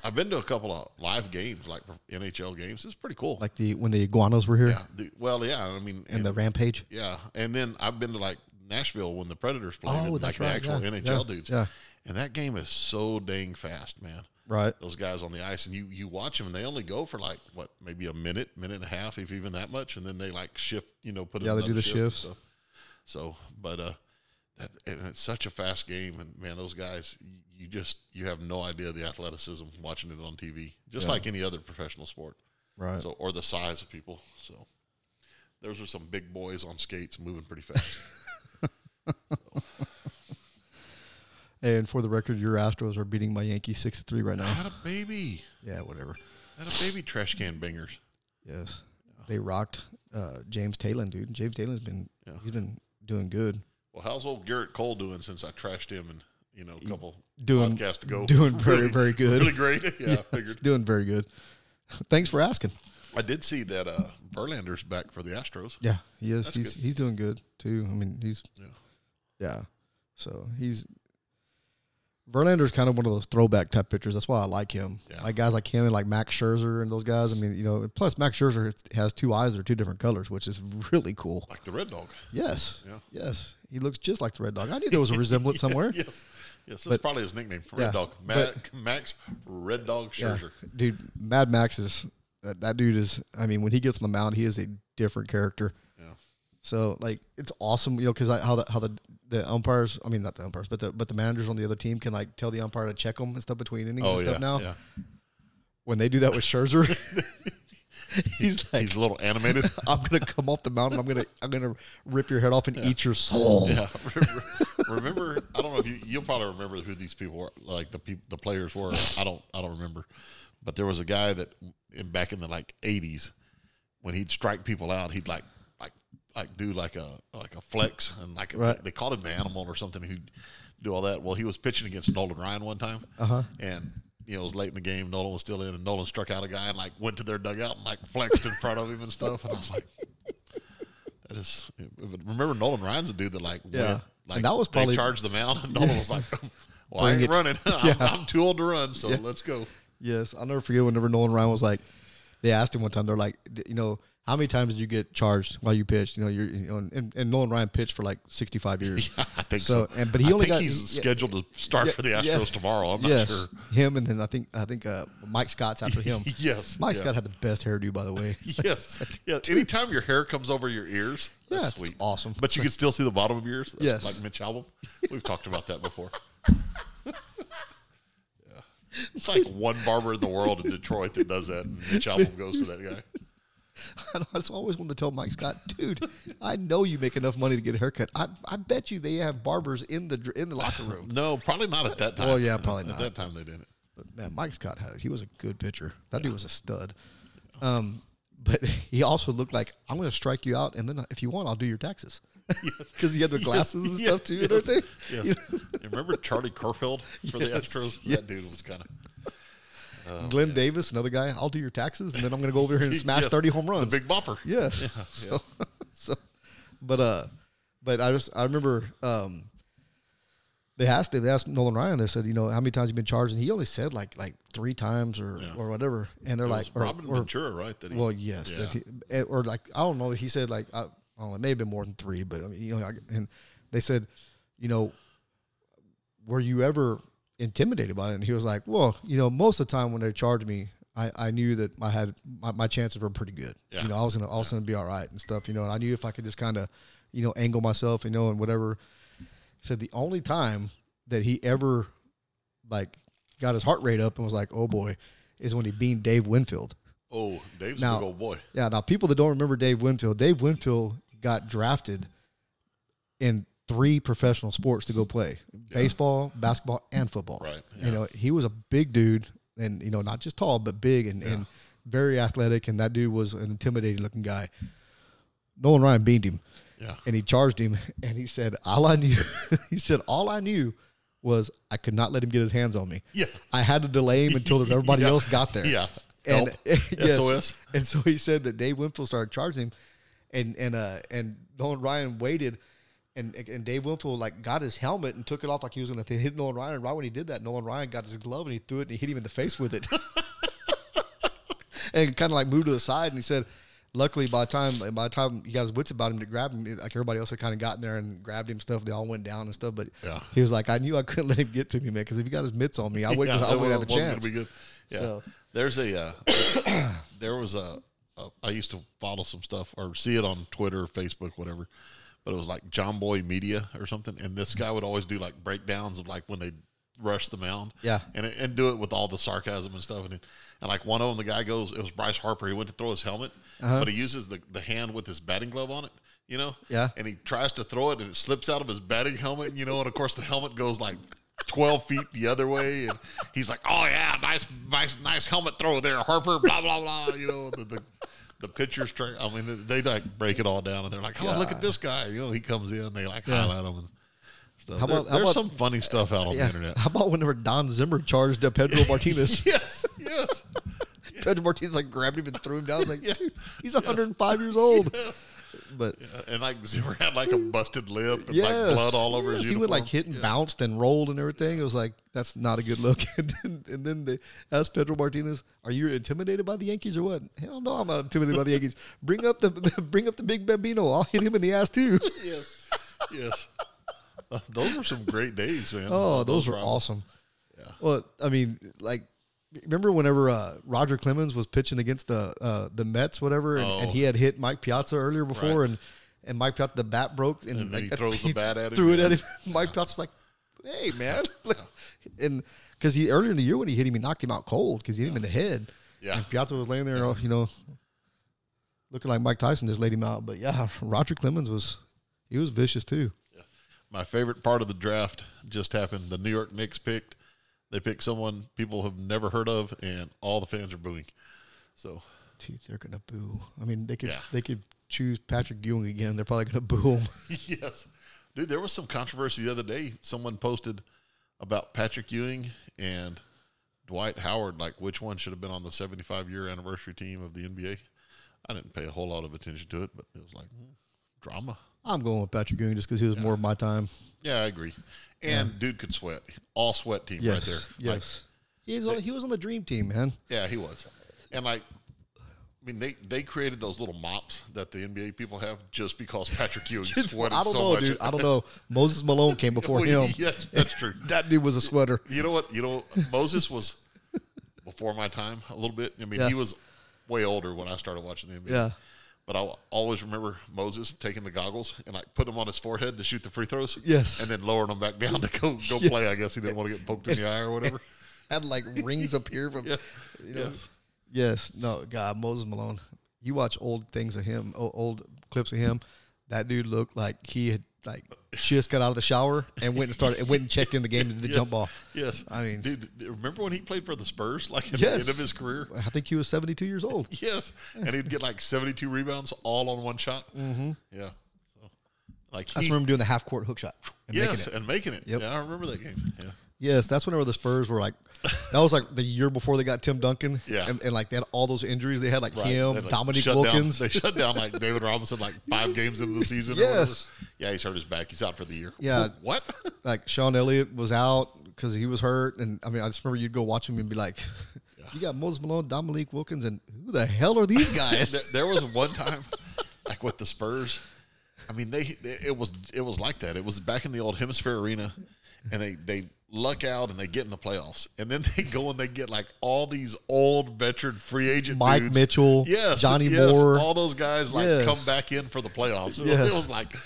I've been to a couple of live games, like NHL games. It's pretty cool.
like the when the iguanas were here
yeah, the, well, yeah. I mean,
and the rampage.
yeah, and then I've been to like Nashville when the Predators played,
Oh,
and, like
that's
the
right,
actual
yeah,
NHL
yeah,
dudes.
yeah.
and that game is so dang fast, man
Right.
those guys on the ice and you you watch them and they only go for like what maybe a minute minute and a half if even that much and then they like shift you know put in
Yeah, they do
another
the
shift and
shifts.
stuff. so but uh that, and it's such a fast game and man those guys y- you just you have no idea the athleticism watching it on tv just like any other professional sport
Right.
so or the size of people so those are some big boys on skates moving pretty fast
*laughs* And for the record, your Astros are beating my Yankees six to three right now.
had a baby
Yeah, whatever.
had a baby trash can bangers
Yes, they rocked uh, James Taylor, dude. James Taylor's been
Yeah.
he's been doing good,
Well, how's old Garrett Cole doing since I trashed him and you know a couple
doing-
podcasts ago? *laughs*
doing very, very good.
really great. *laughs*
*laughs*
Yeah, I
He's
figured.
doing very good. *laughs* Thanks for asking.
I did see that uh, Verlander's back for the Astros.
Yeah, he is.
That's
he's
good.
he's doing good too. I mean, he's
Yeah.
yeah. So he's Verlander's kind of one of those throwback type pitchers. That's why I like him.
Yeah.
Like guys like him and like Max Scherzer and those guys. I mean, you know. Plus, Max Scherzer has- has two eyes that are two different colors, which is really
*laughs*
cool.
Like the Red Dog.
Yes.
Yeah.
Yes. He looks just like the Red Dog. I knew there was a
*laughs*
resemblance somewhere.
Yes. Yes, that's
But-
probably his nickname, Red
yeah,
Dog. Max,
but-
Max Red Dog
Yeah.
Scherzer.
Dude, Mad Max is that, that dude is I mean, when he gets on the mound, he is a different character.
Yeah.
So like it's awesome, you know, because how the how the the umpires, I mean not the umpires, but the but the managers on the other team can like tell the umpire to check them and stuff between innings and stuff. now
Oh, yeah.
when they do that with Scherzer,
*laughs*
*laughs* he's like,
He's a little
*laughs*
animated.
I'm gonna come off the mound and I'm gonna I'm gonna rip your head off and eat your soul.
yeah. *laughs* Remember- Remember, I don't know if you you'll probably remember who these people were, like the people the players were. I don't I don't remember, but there was a guy that in, back in the like eighties when he'd strike people out, he'd like like like do like a like a flex and like
Right.
they called him the animal or something who'd do all that. Well, he was pitching against Nolan Ryan one time, uh-huh. and you know it was late in the game. Nolan was still in, and Nolan struck out a guy and like went to their dugout and like flexed in front of him and stuff. And I was like. That is, but remember Nolan Ryan's a dude that like
Yeah.
went, like
And that was probably-
they charged the mound
*laughs*
and Nolan was like, "Well, I ain't
Bring it."
running. *laughs* I'm,
Yeah.
I'm too old to run, so let's go." *laughs*
Yes, I'll never forget whenever Nolan Ryan was like, they asked him one time, they're like, "D- you know, how many times did you get charged while you pitched? You know, you're, you know, and, and Nolan Ryan pitched for like
*laughs*
65 years.
I think
So,
so.
and- but he
I
only
think
got-
he's
yeah.
scheduled to start
Yeah,
for the
yeah.
Astros tomorrow. I'm not
yes, *laughs*
sure. *laughs*
him and then I think I think uh, Mike Scott's after him.
Yes,
Mike
yeah.
Scott had the best hairdo, by
*laughs*
the way. *laughs*
Yes, yeah. Anytime your hair comes over your ears, that's
Yeah, it's
sweet,
awesome.
But you can still see the bottom of yours. That's
Yes.
like Mitch
*laughs*
Album. We've talked about that before. *laughs* Yeah. It's like one barber in the world in Detroit that does that, and Mitch Album goes to that guy.
And I just always wanted to tell Mike Scott, dude, I know you make enough money to get a haircut. I, I bet you they have barbers in the dr- in the locker room.
No, probably not at that time.
Well, yeah, probably
At
not.
that time, they didn't.
But man, Mike Scott had he was a good pitcher. That dude was a stud. Um, but *laughs* he also looked like I'm going to strike you out, and then if you want, I'll do your taxes *laughs* because he
*laughs*
had the glasses and
Yeah,
stuff too.
yes,
and everything.
Yes. You remember Charlie Kerfeld for the
Yes,
Astros?
yes.
That dude was kind of Oh,
Glenn Davis, another guy. I'll do
*laughs*
your Oh, *laughs* taxes, and then I'm going to go over here and smash 30 home runs.
The big bopper.
yes. *laughs* So, so but uh, but I just I remember um, they asked him, they asked Nolan Ryan. They said, you know, how many times you been charged? And he only said like like three times or
Yeah.
or whatever. And they're
It
like,
was
or,
Robin
or-
Ventura, right? That he,
well, yes, that
Yeah.
he- eh, or like I don't know. He said like I, I don't know, it may have been more than three, but I mean, you know, I, and they said, you know, were you ever intimidated by it? And he was like, well, you know, most of the time when they charged me, I, I knew that I had my, my chances were pretty good.
Yeah.
You know, I was gonna I was gonna be all right and stuff. You know, and I knew if I could just kind of, you know, angle myself, you know, and whatever. He said the only time that he ever like got his heart rate up and was like, oh boy, is when he beat Dave Winfield.
oh, Dave's a
Now-
big old boy.
Yeah, now people that don't remember Dave Winfield, Dave Winfield got drafted in three professional sports to go play baseball, basketball, and football.
Right,
You know, he was a big dude and, you know, not just tall, but big and, and very athletic. And that dude was an intimidating looking guy. Nolan Ryan beamed him
Yeah.
and he charged him *laughs* and he said, All I knew, *laughs* he said, All I knew was I could not let him get his hands on me.
Yeah.
I had to delay
*laughs*
him until everybody
Yeah.
else got there.
Yeah.
And *laughs*
Help.
yes.
SOS.
And so he said that Dave Winfield started charging him, and and uh and Nolan Ryan waited, and and Dave Winfield like got his helmet and took it off like he was gonna hit Nolan Ryan. And right when he did that, Nolan Ryan got his glove and he threw it and he hit him in the face with it, *laughs* and kind of like moved to the side. And he said, luckily by the time by the time he got his wits about him to grab him, like everybody else had kind of gotten there and grabbed him and stuff. They all went down and stuff, but
Yeah.
he was like, I knew I couldn't let him get to me, man, because if he got his mitts on me, I wouldn't,
Yeah,
I
that
wouldn't have a
wasn't gonna
chance.
Be good. Yeah.
So-
There's a uh, *coughs* there was a, a I used to follow some stuff or see it on Twitter, Facebook, whatever. But it was like John Boy Media or something, and this guy would always do like breakdowns of like when they rush the mound,
Yeah.
and and do it with all the sarcasm and stuff. And it- and like one of them, the guy goes, it was Bryce Harper. He went to throw his helmet,
Uh-huh.
but he uses the the hand with his batting glove on it. You know,
Yeah.
And he tries to throw it, and it slips out of his batting helmet. You know, and of course the helmet goes like twelve feet the other way, and he's like, "Oh yeah, nice, nice, nice helmet throw there, Harper." Blah blah blah. You know, the the, the pitchers. Tra- I mean, they like break it all down, and they're like, "Oh, look at this guy." You know, he comes in, they like highlight him and stuff.
How
There-
about- how
there's
about-
some funny stuff out on the internet.
How about whenever Don Zimmer charged
*laughs*
up Pedro *laughs* Martinez?
Yes, yes.
Pedro Martinez like grabbed him and threw him down. I was like,
Yeah.
dude, he's 105 years
*laughs*
old. But
*laughs* And like Zimmer had like a busted lip and
yes,
like blood all over
yes,
his
he would like
uniform.
hit and bounced and rolled and everything. It was like that's not a good look. *laughs* And then, and then they asked Pedro Martinez, "Are you intimidated by the Yankees or what?" Hell no, I'm not intimidated by the Yankees. Bring up the *laughs* bring up the big Bambino. I'll hit him in the ass too.
*laughs* Yes, yes. Uh, those were some great days, man. Uh,
Oh, those, were
rivals.
awesome. Well, I mean, like, remember whenever uh, Roger Clemens was pitching against the uh, the Mets, whatever, and, and
Oh.
he had hit Mike Piazza earlier before,
Right.
and and Mike Piazza the bat broke, and,
And then
like,
he throws the bat at him,
threw it
yeah.
at him. *laughs* Mike Piazza's like, "Hey, man," *laughs* Like, and because he earlier in the year when he hit him, he knocked him out cold because he hit him in the head.
Yeah.
and Piazza was laying there, you know, looking like Mike Tyson just laid him out. But yeah, *laughs* Roger Clemens was he was vicious too.
My favorite part of the draft just happened. The New York Knicks picked. They picked someone people have never heard of, and all the fans are booing. So
Dude, they're gonna boo. I mean, they could
Yeah.
they could choose Patrick Ewing again. They're probably gonna *laughs* boo him.
*laughs* yes, dude, there was some controversy the other day. Someone posted about Patrick Ewing and Dwight Howard, like which one should have been on the 75 year anniversary team of the NBA. I didn't pay a whole lot of attention to it, but it was like hmm, drama.
I'm going with Patrick Ewing just because he was more of my time.
Yeah, I agree. And dude could sweat. All sweat team
Yes,
right there. Like,
yes. He's on, he was on the dream
*laughs*
team, man.
Yeah, he was. And like, I mean, they they created those little mops that the NBA people have just because Patrick
*laughs*
Ewing sweated
I don't
so
know,
much. *laughs*
dude. I don't know. Moses Malone came before
Well,
him.
Yes, that's true.
*laughs* That dude was a sweater.
You know what? You know Moses was before my time a little bit. I mean,
Yeah.
he was way older when I started watching the NBA.
Yeah.
But I always remember Moses taking the goggles and like putting them on his forehead to shoot the free throws.
Yes.
And then lowering them back down to go go
Yes.
play. I guess he didn't want to get poked in the eye or whatever.
*laughs*
*laughs*
Had like rings up here from.
Yeah.
You know?
Yes.
Yes. No. God, Moses Malone. You watch old things of him, o- old clips of him. That dude looked like he had like just got out of the shower and went and started and went and checked in the game and did the jump ball.
*laughs* Yes.
I mean-
dude, remember when he played for the Spurs, like at the
Yes.
end of his career?
I think he was 72 years old.
Yes. And he'd get like 72 rebounds all on one shot. Mm-hmm. Yeah. So, like,
I just
he,
remember him doing the half court hook shot. And
yes,
making it.
and making it.
Yep.
Yeah, I remember that game. Yeah.
Yes, that's whenever the Spurs were like, that was like the year before they got Tim Duncan.
Yeah.
And, and like they had all those injuries. They had like
Right.
him,
They, like,
Dominic
shut
Wilkins.
Down, they shut down like David Robinson like five games into the season. or
Yes.
whatever. yeah, he's hurt his back. He's out for the year.
Yeah.
What?
like Sean Elliott was out because he was hurt. And I mean, I just remember you'd go watch him and be like, you got Moses Malone, Dominique Wilkins, and who the hell are these
There,
*laughs* guys?
there was one time, like with the Spurs, I mean they it was it was like that. It was back in the old Hemisphere Arena, and they they luck out and they get in the playoffs, and then they go and they get like all these old veteran free agent *laughs*
Mike
dudes.
Mitchell,
yes,
Johnny
yes,
Moore.
all those guys like
Yes.
come back in for the playoffs. It, was,
Yes.
it was like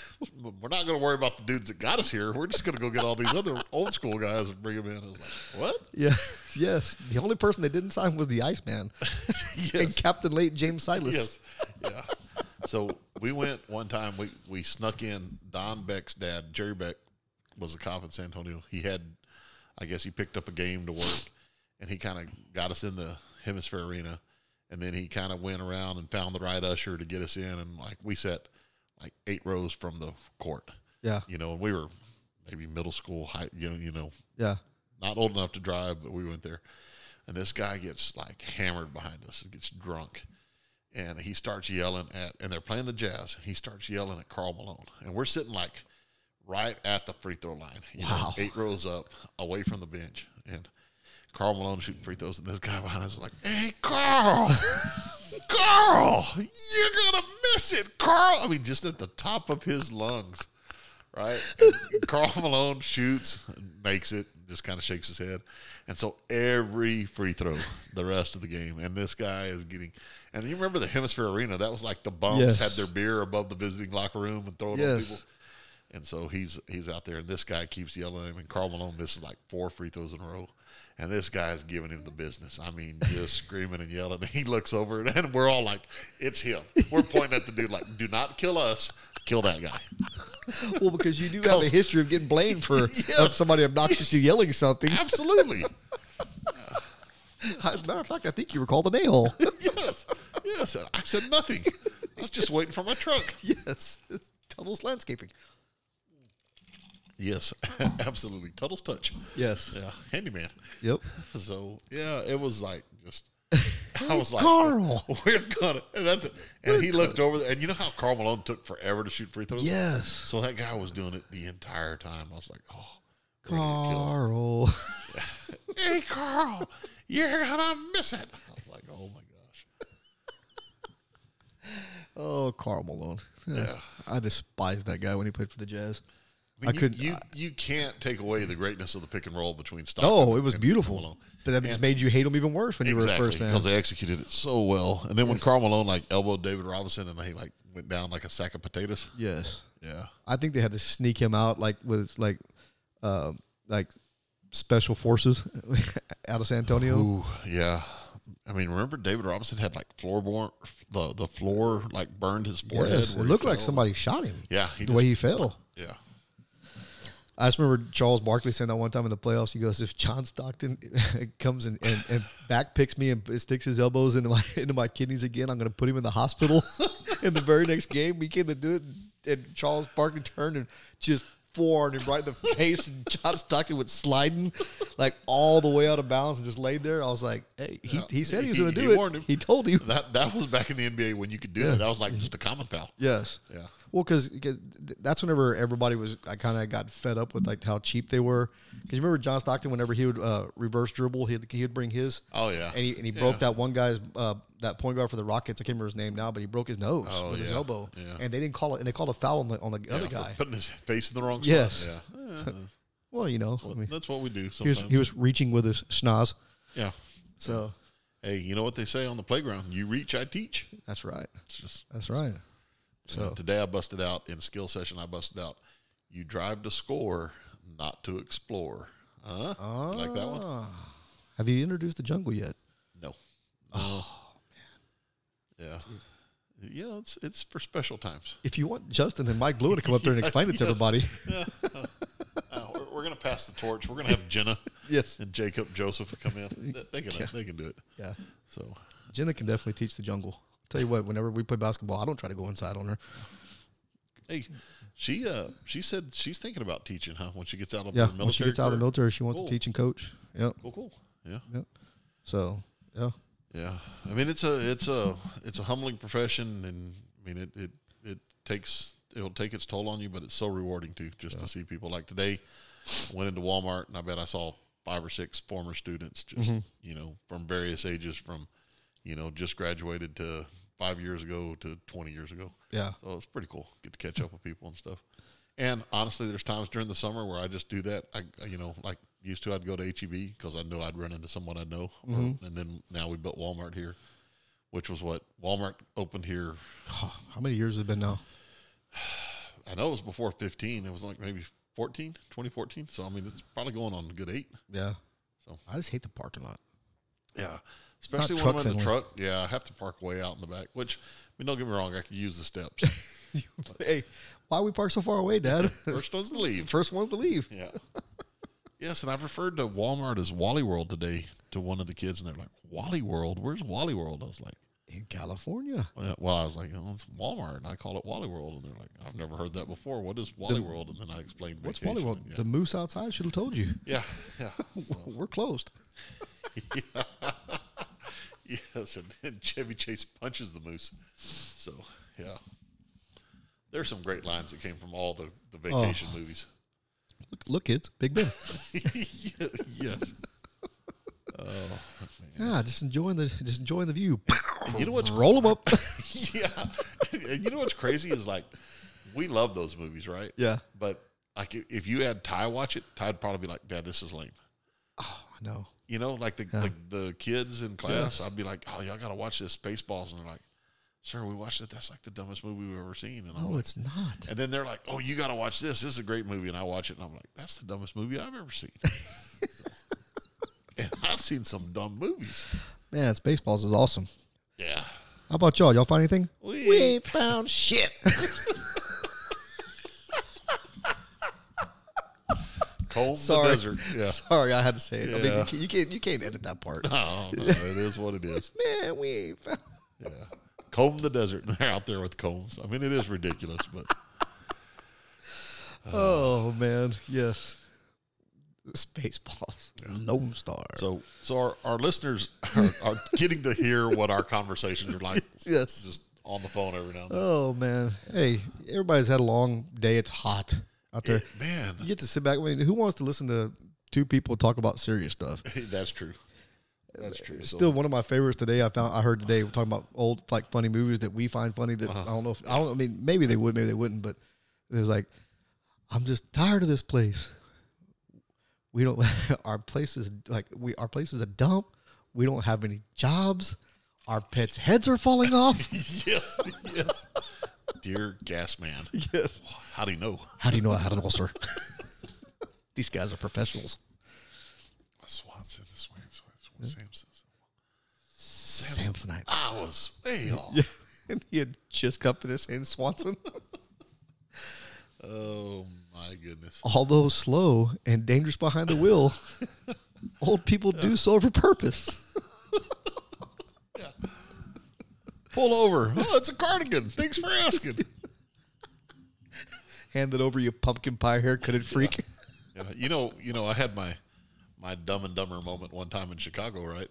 we're not going to worry about the dudes that got us here. We're just going to go get all these other old school guys and bring them in. I was like, what? *laughs*
yeah. *laughs* Yes. The only person they didn't sign was
*laughs*
the Iceman and
Yes,
Captain Late James Silas.
yes, *laughs* yeah. So we went one time. We we snuck in Don Beck's dad, Jerry Beck, was a cop in San Antonio. He had, I guess, he picked up a game to work, and he kind of got us in the Hemisphere Arena, and then he kind of went around and found the right usher to get us in, and like we sat like eight rows from the court.
Yeah.
you know, and we were maybe middle school, high, you know, you know,
Yeah.
not old enough to drive, but we went there. And this guy gets like hammered behind us and gets drunk. And he starts yelling at, and they're playing the jazz. And he starts yelling at Carl Malone. And we're sitting like right at the free throw line, you know,
Wow.
eight rows up away from the bench. And Carl Malone shooting free throws. And this guy behind us is like, hey,
*laughs*
Carl, Carl, you're going to miss it, Carl. I mean, just at the top of his lungs right? And *laughs* Carl Malone shoots, and makes it, and just kind of shakes his head. And so every free throw the rest of the game. And this guy is getting, and you remember the Hemisphere Arena? That was like the bums
Yes.
had their beer above the visiting locker room and throwing on
Yes.
people. And so he's he's out there, and this guy keeps yelling at him. And Carl Malone misses like four free throws in a row, and this guy's giving him the business. I mean, just *laughs* screaming and yelling. And he looks over, *laughs* and we're all like, "It's him." We're pointing at the dude like, "Do not kill us, kill that guy."
Well, because you do have a
Cause-
history of getting blamed *laughs* for of
Yes.
somebody *laughs* obnoxiously yelling something.
Absolutely. *laughs*
As a matter of fact, I think you were *laughs* called an a hole.
yes. Yes. And I said nothing. I was just waiting for my truck.
yes. *laughs* It's Tunnels Landscaping.
Yes. *laughs* Absolutely. Tuttle's touch.
Yes.
Yeah. Handyman.
Yep.
*laughs* So yeah, it was like just I was like
Carl.
*laughs* We're gonna and that's it. And he looked over there and you know how Carl Malone took forever to shoot free throws?
Yes.
So that guy was doing it the entire time. I was like, Oh we're gonna get killed.
*laughs* Carl.
Hey Carl, you're gonna miss it. I was like, Oh my gosh.
Oh, Carl Malone. *laughs*
Yeah.
I despise that guy when he played for the Jazz.
I, mean,
I
you,
couldn't-
You, you can't take away the greatness of the pick and roll between Stockton.
Oh, it was
and Malone.
beautiful. But that just made you hate him even worse when you were a
Exactly,
Spurs fan.
because they executed it so well. And then when Carl Malone like elbowed David Robinson and he like went down like a sack of potatoes.
yes.
Yeah,
I think they had to sneak him out like with like um like special forces *laughs* out of San Antonio.
Ooh, yeah. I mean, remember David Robinson had like floorboard the the floor like burned his forehead.
Yes, it
where he
looked like
fell.
somebody shot him.
Yeah,
the
he
way he fell.
Yeah,
I just remember Charles Barkley saying that one time in the playoffs. He goes, "If John Stockton *laughs* comes and, and, and back picks me and sticks his elbows into my *laughs* into my kidneys again, I'm going to put him in the hospital." *laughs* in the very next game, we came to do it, and Charles Barkley turned and just forearmed him right in the *laughs* face, and John Stockton was sliding like all the way out of bounds and just laid there. I was like, "Hey, he, he said he was
He-
going to
he
do
warned him.
it. He told you."
that that was back in the NBA when you could do that. That was like just a common foul.
Yes.
Yeah.
Well, because that's whenever everybody was, I kind of got fed up with like how cheap they were. Because you remember John Stockton, whenever he would uh, reverse dribble, he'd he'd bring his.
Oh, yeah.
And he and he
Yeah.
broke that one guy's uh, that point guard for the Rockets. I can't remember his name now, but he broke his nose
Oh,
with his
yeah.
elbow,
Yeah.
and they didn't call it. And they called a foul on the on the
Yeah,
other
for
guy.
putting his face in the wrong spot.
Yes.
Yeah,
Well, you know, I mean,
that's what we do.
he was
Sometimes.
he was reaching with his schnoz.
yeah.
So
Hey, you know what they say on the playground? You reach, I teach.
that's right.
It's just
That's right.
so. today I busted out in skill session. I busted out. You drive to score, not to explore. Huh? You Like that one?
Ah. Have you introduced the jungle yet?
No. Yeah. Oh, Yeah, it's it's for special times.
If you want Justin and Mike Blue to come up there
*laughs*
and explain it to
Yes.
everybody,
*laughs* Uh, we're, we're gonna pass the torch. We're gonna have Jenna *laughs*
yes,
and Jacob Joseph come in. They- They can they can do it.
yeah.
So
Jenna can definitely teach the jungle. Tell you what, whenever we play basketball, I don't try to go inside on her.
Hey, she uh she said she's thinking about teaching, huh? When she gets out of
Yeah,
the military.
when she gets out of the
career.
military, she wants
Cool.
to teach and coach. Yep.
Cool, cool. Yeah.
So yeah,
Yeah, I mean it's a it's a it's a humbling profession, and I mean it it it takes it'll take its toll on you, but it's so rewarding too, just to see people like today. I went into Walmart, and I bet I saw five or six former students, just you know, from various ages, from you know just graduated to five years ago to twenty years ago.
yeah, *sighs*
So it's pretty cool. Get to catch up with people and stuff. And honestly, there's times during the summer where I just do that. I, I- you know, like used to, I'd go to HEB because I knew I'd run into someone I know. Or-
Mm-hmm.
and then now we built Walmart here, which was what Walmart opened here.
How many years has it been now?
I know it was before 15. It was like maybe 14, 2014. So, I mean, it's probably going on a good eight.
Yeah.
So.
I just hate the
*laughs*
parking lot.
Yeah.
not
Especially when I'm
truck
in the
friendly.
truck. Yeah. I have to park way out in the back, which, I mean, don't get me wrong, I could use the
*laughs*
steps.
hey, why we park so far
*laughs*
away, Dad?
First one's to leave.
First one to leave.
Yeah. yes, and I've referred to Walmart as Wally World today to one of the kids, and they're like, "Wally World? Where's Wally World?" I was like,
In California.
well, "Well, I was like, oh, it's Walmart, and I call it Wally World," and they're like, "I've never heard that before. What is Wally World?" And then I explained
What's
vacation,
Wally World?
and
The moose outside should have told you.
Yeah, yeah, yeah. So,
*laughs* We're closed.
*laughs* yes, and, and Chevy Chase punches the moose. So yeah, there's some great lines that came from all the the
Oh.
vacation movies. *laughs*
Look, look, kids, Big Ben.
Yeah, yes. *laughs*
yeah, just enjoying the just enjoying the view.
You know what's
Roll
*laughs*
them up.
yeah. And you know what's crazy is like, we love those movies, right?
yeah,
But like, i- if you had Ty watch it, Ty'd probably be like, "Dad, this is lame."
I know.
You know, like the like the kids in class, I'd be like, "Oh, y'all got to watch this Spaceballs," and they're like, "Sir, we watched it. That's like the dumbest movie we've ever seen." And I'm
No,
like,
it's not.
and then they're like, "Oh, you got to watch this. This is a great movie." And I watch it, and I'm like, "That's the dumbest movie I've ever
*laughs*
seen." and I've seen some dumb movies.
Man, it's baseballs is awesome.
Yeah.
How about y'all? Y'all find anything?
We
ain't
*laughs*
found shit.
Cold
Sorry.
the desert. Yeah. *laughs*
*laughs* Sorry, I had to say it. I mean,
Yeah.
you can't, you can't you can't edit
*laughs*
that part.
Oh, no, it is what it is.
Man, we ain't
*sighs*
found. *laughs*
Yeah. Comb the desert. *laughs* and They're out there with combs. I mean, it is ridiculous, but
Oh man, yes. Spaceballs, Lone Star.
so so our, our listeners *laughs* are, are getting to hear what our conversations are like *laughs*
yes.
just on the phone every now and then.
Oh man. Hey, everybody's had a long day. It's hot out there.
It- man, *laughs*
You get to sit back. I mean, who wants to listen to two people talk about serious stuff?
that's true. That's true. So,
Still, one of my favorites today. I found I heard today we're talking about old like funny movies that we find funny. That I don't know. If, I don't. I mean, maybe they would, maybe they wouldn't. But it was like, I'm just tired of this place. We don't. *laughs* Our place is like we. Our place is a dump. We don't have any jobs. Our pets' heads are falling
*laughs*
off.
yes, yes. Dear gas *laughs* man.
*laughs* yes.
How do you know?
How do you know I had an ulcer? *laughs* These guys are professionals.
Swanson, Swanson, Swanson, Samson.
Samsonite.
I was way off. *laughs*
and *laughs* he had just come to this in Swanson.
Oh my goodness.
although slow and dangerous behind the *laughs* wheel, old people do so for purpose.
Pull *laughs* over. Oh, it's a cardigan. Thanks for *laughs* asking.
Hand it over, you pumpkin pie haircutted freak.
Yeah, you know, you know, I had my my Dumb and Dumber moment one time in Chicago, right?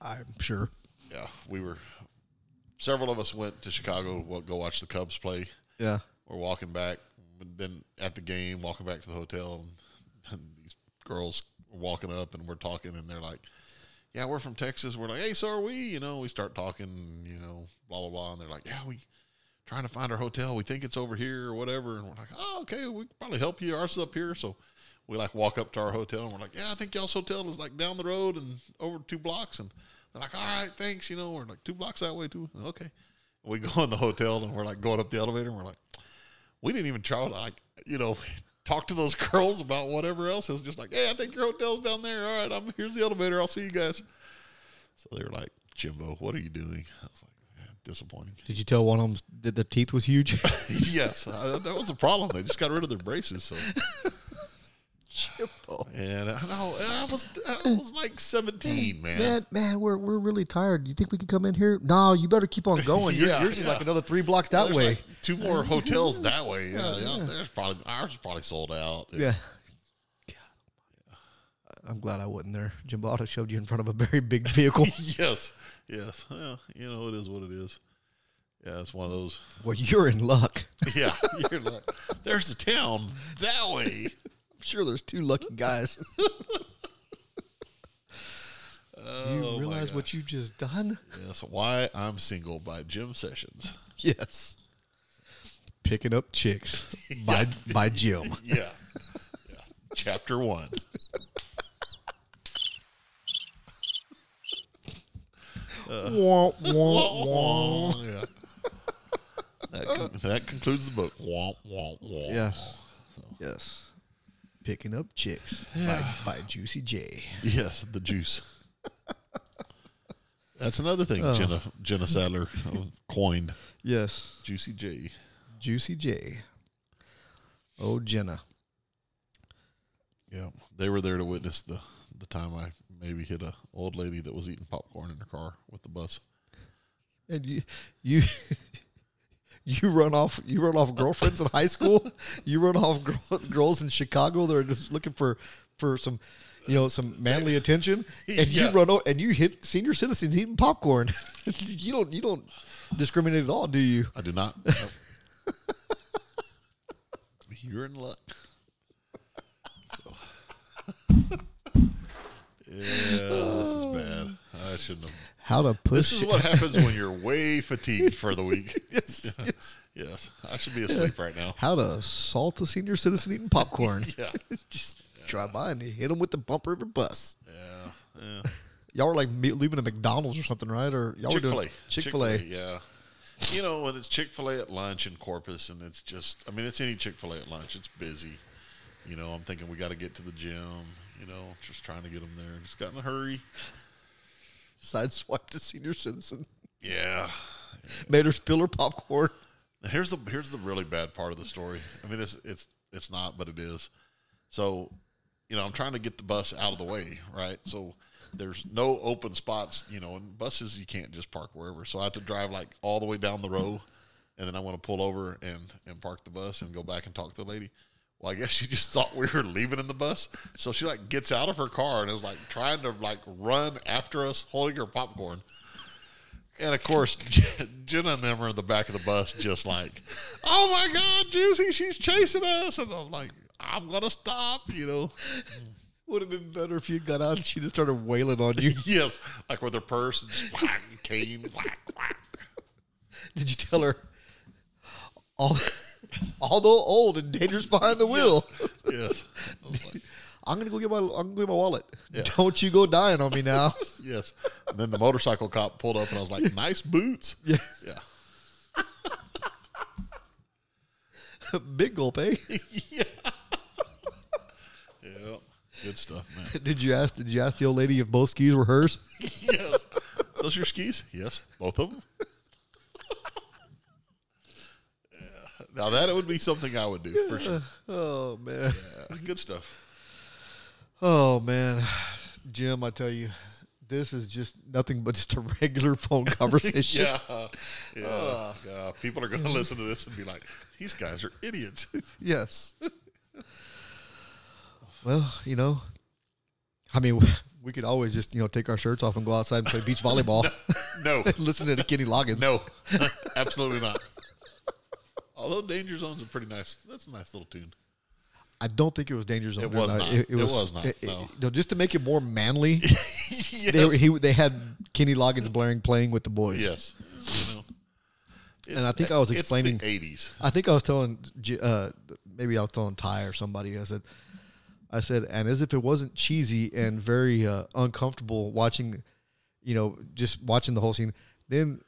I'm sure.
Yeah, we were several of us went to Chicago to go watch the Cubs play.
Yeah.
We're walking back, and then at the game, walking back to the hotel, and, *laughs* and these girls were walking up, and we're talking, and they're like, "Yeah, we're from Texas." We're like, "Hey, so are we?" You know, we start talking, you know, blah blah blah, and they're like, "Yeah, we." Trying to find our hotel. We think it's over here or whatever. And we're like, oh, okay, we can probably help you. Ours is up here. So we like walk up to our hotel and we're like, yeah, I think y'all's hotel is like down the road and over two blocks. And they're like, all right, thanks. You know, we're like two blocks that way too. And okay. We *laughs* go in the hotel and we're like going up the elevator and we're like, we didn't even try to like you know *laughs* talk to those girls about whatever else. It was just like, hey, I think your hotel's down there. All right, I'm here's the elevator. I'll see you guys. So they were like, Jimbo, what are you doing? I was like, "Yeah, disappointing. *laughs*
Did you tell one of them that their teeth was *laughs* huge?
yes, I, that was the problem. They just got rid of their braces. So
football.
And I, know, I was I was like seventeen, man.
Mm, Man, man, we're we're really tired. You think we could come in here? No, you better keep *laughs* on going. Your-
Yeah,
yours is
yeah.
like another three blocks that
There's
way.
like two more
*laughs*
hotels that way. Yeah, yeah, There's probably ours is probably sold out.
yeah. I'm glad I wasn't there. Jimbaldo showed you in front of a very big *laughs* vehicle.
*laughs* yes, yes. Well, you know it is what it is. Yeah, it's one of those.
well, you're in luck.
*laughs* Yeah, you're like, there's a town that way.
I'm sure there's two lucky guys.
Oh,
*laughs* you
my
realize what you just done?
Yes, why I'm single by Jim Sessions.
*laughs* Yes. Picking up *laughs* chicks by by *laughs* Jim.
Yeah, yeah. chapter
*laughs*
one.
Wah, *laughs* wah, wah.
Womp, womp. Oh, yeah. That, con- that concludes the book. Womp, womp, womp.
*laughs* Yes. Yes. Picking up chicks by, by Juicy J.
Yes, the juice. That's another thing
Oh.
Jenna, Jenna Sadler uh, coined.
Yes.
Juicy J.
Juicy J. Oh, Jenna.
Yeah, they were there to witness the the time I maybe hit a old lady that was eating popcorn in her car with the bus.
And you, you, *laughs* you run off. You run off girlfriends in
*laughs*
high school. You run off girl, girls in Chicago. that are just looking for, for some, you know, some
*laughs*
manly attention. And
Yeah.
you run over and you hit senior citizens eating popcorn. *laughs* you don't. You don't discriminate at all, do you?
I do *laughs* not. You're in luck. *laughs* So. Yeah, this is bad. I shouldn't have.
How to push?
This is what *laughs* happens when you're way fatigued for the week.
*laughs* yes, yes.
*laughs* Yes, I should be asleep right now.
How to assault a senior citizen eating popcorn?
*laughs* Yeah,
*laughs* Just drive by and hit them with the bumper of your bus.
yeah, yeah.
Y'all were like me- leaving a McDonald's or something, right? Or y'all
Chick Fil
were
A,
doing Chick Fil A.
yeah. You know, when it's Chick Fil A at lunch in Corpus, and it's just—I mean, it's any Chick Fil A at lunch. It's busy. You know, I'm thinking we got to get to the gym. You know, just trying to get them there. Just got in a hurry.
Sideswiped a senior citizen.
Yeah.
Made her spill her popcorn.
Now, Here's the here's the really bad part of the story. I mean, it's it's it's not, but it is. So, you know, I'm trying to get the bus out of the way, right? So there's no open spots, you know, and buses you can't just park wherever. So I have to drive like all the way down the row, and then I want to pull over and and park the bus and go back and talk to the lady. Well, I guess she just thought we were leaving in the bus, so she like gets out of her car and is like trying to like run after us, holding her popcorn. And of course, *laughs* Jen- Jenna and them are in the back of the bus, just like, "Oh my God, Juicy, she's chasing us!" And I'm like, "I'm gonna stop," you know. *laughs*
Would have been better if you got out and she just started wailing on you.
Yes, like with her purse, and just whack, cane, whack, whack.
*laughs* Did you tell her? All, although old and dangerous behind the wheel, *laughs*
Yes, I
Oh,
was like,
I'm gonna go get my I'm gonna go get my wallet.
Yeah.
Don't you go dying on me *laughs* now.
yes. And then the motorcycle cop pulled up, and I was like, "Nice boots."
yeah,
Yeah,
big gulp, eh?
yeah, good stuff, man.
*laughs* Did you ask? Did you ask the old lady if both skis were hers?
*laughs* yes. Those your skis? Yes, both of them. *laughs* yeah. Now that would be something I would do for sure.
*laughs* Oh man.
Yeah, good stuff.
Oh man, *sighs* Jim, I tell you, this is just nothing but just a *laughs* regular phone conversation.
Yeah, *laughs* yeah, yeah. People are going to listen to this and be like, "These guys are idiots." *laughs*
Yes. *laughs* well, you know, I mean, *laughs* we could always just you know take our shirts off and go outside and play beach volleyball,
*laughs* no,
*laughs* listen to Kenny Loggins.
no, *laughs* absolutely not. Although Danger Zone's a pretty nice. That's a nice little
*laughs*
tune.
I don't think it was Danger Zone.
It was
No,
not. It was not, no.
just to make it
*laughs*
more manly,
yes.
they were, he they had Kenny Loggins blaring playing with the boys.
yes. You know,
And I think I was explaining-
it's the '80s.
I think I was telling, J- uh, maybe I was telling Ty or somebody. I said, I said, and as if it wasn't cheesy and very uh, uncomfortable watching, you know, just watching the whole scene. Then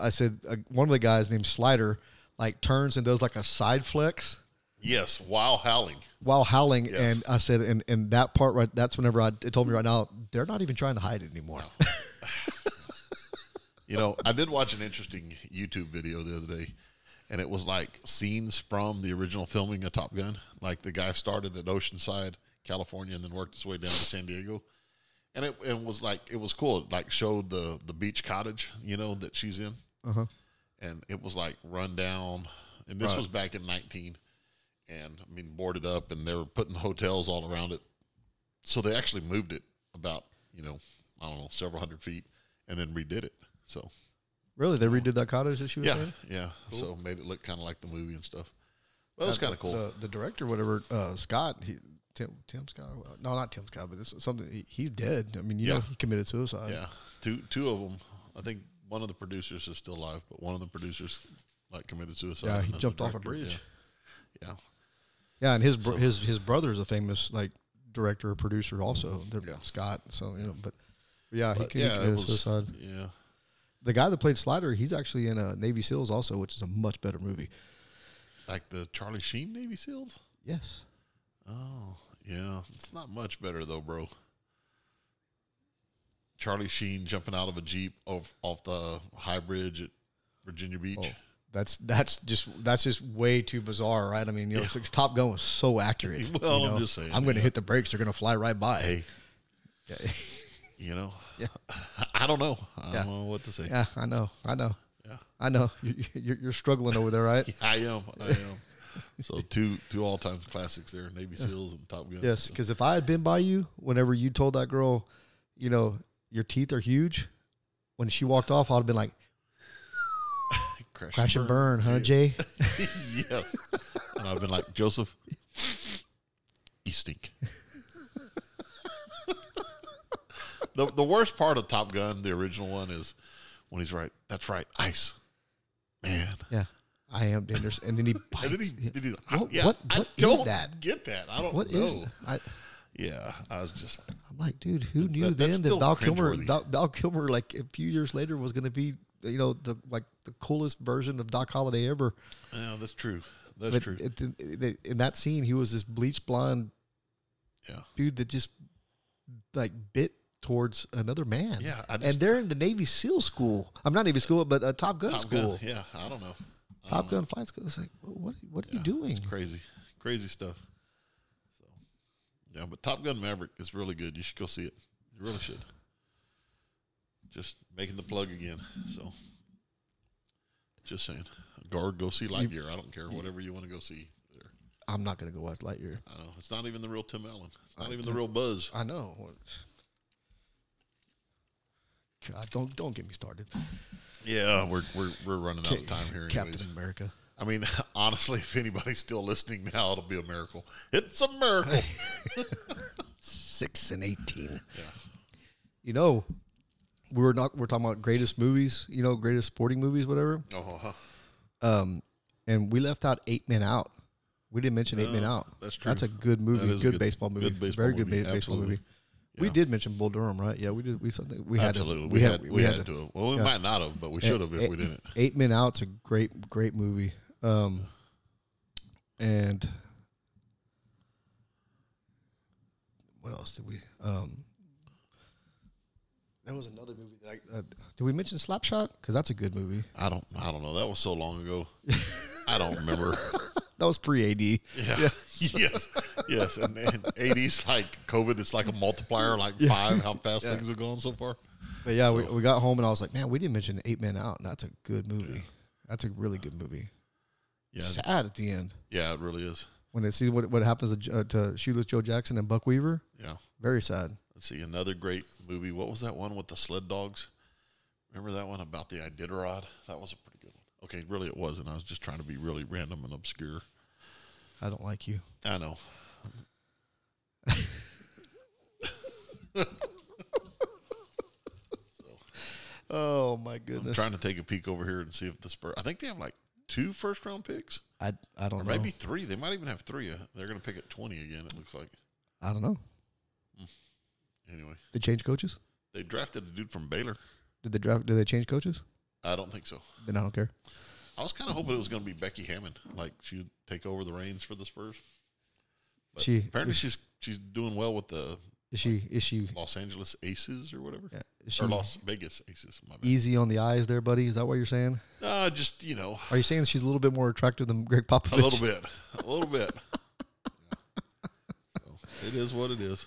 I said, uh, one of the guys named Slider like turns and does like a side flex
Yes, while howling.
while howling.
Yes.
And I said, and, and that part right, that's whenever I it told me right now they're not even trying to hide it anymore.
You know, I did watch an interesting YouTube video the other day, and it was like scenes from the original filming of Top Gun. Like the guy started at Oceanside, California and then worked its way down to San Diego. And it and was like it was cool. It like showed the the beach cottage, you know, that she's in.
Uh huh.
And it was like run down. And this
Right.
was back in nineteen and I mean boarded up and they were putting hotels all around it. So they actually moved it about, you know, I don't know, several hundred feet and then redid it. So
*laughs* Really, they redid that cottage that she was
yeah,
in?
yeah. So made it look kind of like the movie and stuff. Well, it was
Uh,
kind of cool.
The, the director, whatever, uh, Scott, he, Tim, Tim Scott, uh, no, not Tim Scott, but it's something. He, he's dead. I mean, you know,
Yeah.
he committed suicide.
yeah, two two of them. I think one of the producers is still alive, but one of the producers like committed suicide.
Yeah,
and
he
the
jumped off a
director-
bridge.
Yeah,
Yeah, and his bro- his his brother's a famous like director or producer also. They're
Yeah.
Scott, so you know, but yeah,
yeah,
he,
But,
he
yeah it
committed
was.
suicide.
Yeah,
The guy that played Slider, he's actually in uh, Navy SEALs also, which is a much better movie.
like the Charlie Sheen Navy SEALs.
Yes,
Oh, yeah, it's not much better though, bro. Charlie Sheen jumping out of a jeep off off the high bridge at Virginia Beach.
Oh, that's that's just that's just way too bizarre, right? I mean, you know, it's like Top Gun was so accurate.
*laughs* Well,
you
I'm
know?
just saying,
I'm going to
yeah.
hit the brakes; they're going to fly right by.
Hey,
Yeah. *laughs*
you know,
Yeah.
*laughs* I don't know. I
Yeah.
don't know what to say.
Yeah, I know. I know.
Yeah.
I know. *laughs* You- You're, you're struggling over there,
*laughs*
right?
I am. I am.
*laughs*
so two two all time classics there, Navy SEALs and Top Gun.
yes. Because if I had been by you, whenever you told that girl, you know, your teeth are huge, when she walked off, I'd have been like,
*laughs* Crash,
crash and burn, huh,
*laughs*
Jay?
yes. And I've been like, Joseph, you stink. *laughs* the the worst part of Top Gun, the original one, is when he's right. That's right, ice. Man.
yeah. I am dangerous. And then he bites.
*laughs* And then he, then he's like, I-
What-
yeah,
what-
I
what is
don't
that?
get that. I don't
What
know.
is th- I,
Yeah, I was just like,
I'm like, dude, who knew
that- that's
then that
still
Val Kilmer,
cringeworthy.
Val, Val Kilmer, like a few years later, was going to be, you know, the like the coolest version of Doc Holliday ever.
yeah, that's true. That's
but
true.
It, it, it- in that scene, he was this bleached blonde
yeah.
dude that just like bit towards another man.
Yeah, I
and
just-
they're in the Navy SEAL school. I'm not Navy school, but uh, Top Gun
Top Gun,
school.
Yeah, I don't know. I don't
Top Gun flight school. It's like, wh- what? What are you
know.
doing?
It's crazy, crazy stuff. So, yeah, but Top Gun Maverick is really good. You should go see it. You really should. Just making the plug again. So, just saying, guard, go see Lightyear. I don't care. Whatever you want to go see. There.
I'm not gonna go watch Lightyear.
I know it's not even the real Tim Allen. It's not even the real Buzz.
I know. What- God, don't don't get me started.
Yeah, we're we're we're running out of
Ca-
time here.
Captain
Anyways.
America.
I mean, *laughs* honestly, if anybody's still listening now, it'll be a miracle. It's a miracle.
Six and eighteen.
yeah.
You know, we were not. We're talking about greatest movies. You know, greatest sporting movies, whatever.
*laughs* Oh, huh.
Um, and we left out Eight Men Out. We didn't mention Eight Men Out.
that's
That's a
true.
good movie.
That
Good,
is a good-
baseball movie.
good baseball
Very good
movie,
ba- baseball
absolutely.
movie. We
Yeah.
did mention Bull Durham, right? Yeah, we did. We something. We had to-
Absolutely. we, had, we had, to. have- Well, we
yeah.
might not have, but we should have if
Eight-
we didn't.
Eight Men Out's a great, great movie. Um, and what else did we? Um, there was another movie that I, uh, did we mention Slapshot? Because that's a good movie.
I don't. I don't know. That was so long ago. *laughs* I don't *laughs* remember.
That was pre AD.
Yeah. Yes. *laughs* yes. And, and 80s, like COVID, it's like a multiplier, like five, how fast things have gone so far.
But yeah, we, we got home and I was like, man, we didn't mention Eight Men Out, and that's a good movie. That's a really good movie.
Yeah.
Sad at the end
Yeah, it really is.
when it see what, what happens to, J- uh, to Shoeless Joe Jackson and Buck Weaver.
Yeah.
Very sad.
Let's see. Another great movie. What was that one with the sled dogs? Remember that one about the Iditarod? That was a pretty good one. Okay, really, it wasn't. I was just trying to be really random and obscure.
I don't like you.
I know.
Oh my
I'm
goodness.
trying to take a peek over here and see if the Spurs. I think they have like two first round picks,
I I don't
or
know.
maybe three. They might even have three. Uh, They're going to pick at 20 again. It looks like.
I don't know.
Anyway,
They change coaches?
they drafted a dude from Baylor.
Did they draft? Did they change coaches?
I don't think so.
Then I don't care.
I was kind of hoping it was going to be Becky Hammond, like she'd take over the reins for the Spurs. But
She-
apparently she's she's doing well with the
Is she is she,
Los Angeles Aces or whatever,
yeah, Hmm. is she
or Las Vegas Aces. My bad.
easy on the eyes there, buddy? Is that what you're saying?
Uh, just you know,
Are you saying she's a little *laughs* bit more attractive than Greg Popovich?
a little bit, a little bit. Yeah. So, it is what it is.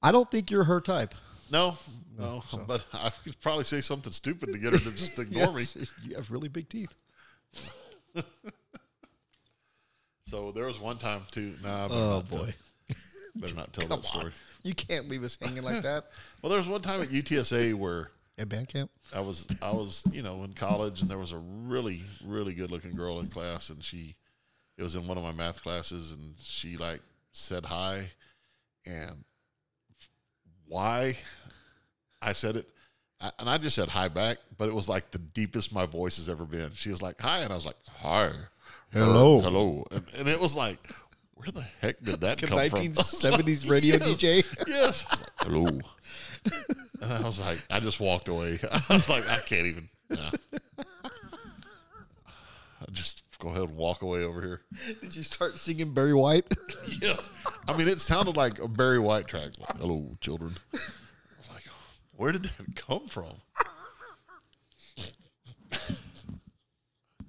I don't think you're her type.
No, no, but I could probably say something stupid to get her to just ignore me.
*laughs* Yes, You have really big teeth.
So there was one time too. Nah, I better
Oh,
not tell-
boy.
better not tell
*laughs* Come
that story.
on. You can't leave us hanging like that
Well, there was one time at UTSA where
*laughs* at band camp.
I was I was you know in college and there was a really really good looking girl in class and she it was in one of my math classes and she like said hi and why I said it I, and I just said hi back but it was like the deepest my voice has ever been she was like hi and I was like hi
Hello.
hello and, and it was like where the heck did that come
*laughs*
from
1970s radio DJ.
yes. I was like, Hello. And I was like, I just walked away. *laughs* I was like, I can't even. nah. I just go ahead and walk away over here.
Did you start singing Barry White? *laughs*
*laughs* Yes. I mean, it sounded like a Barry White track. Like, Hello, children. I was like, where did that come from? *laughs*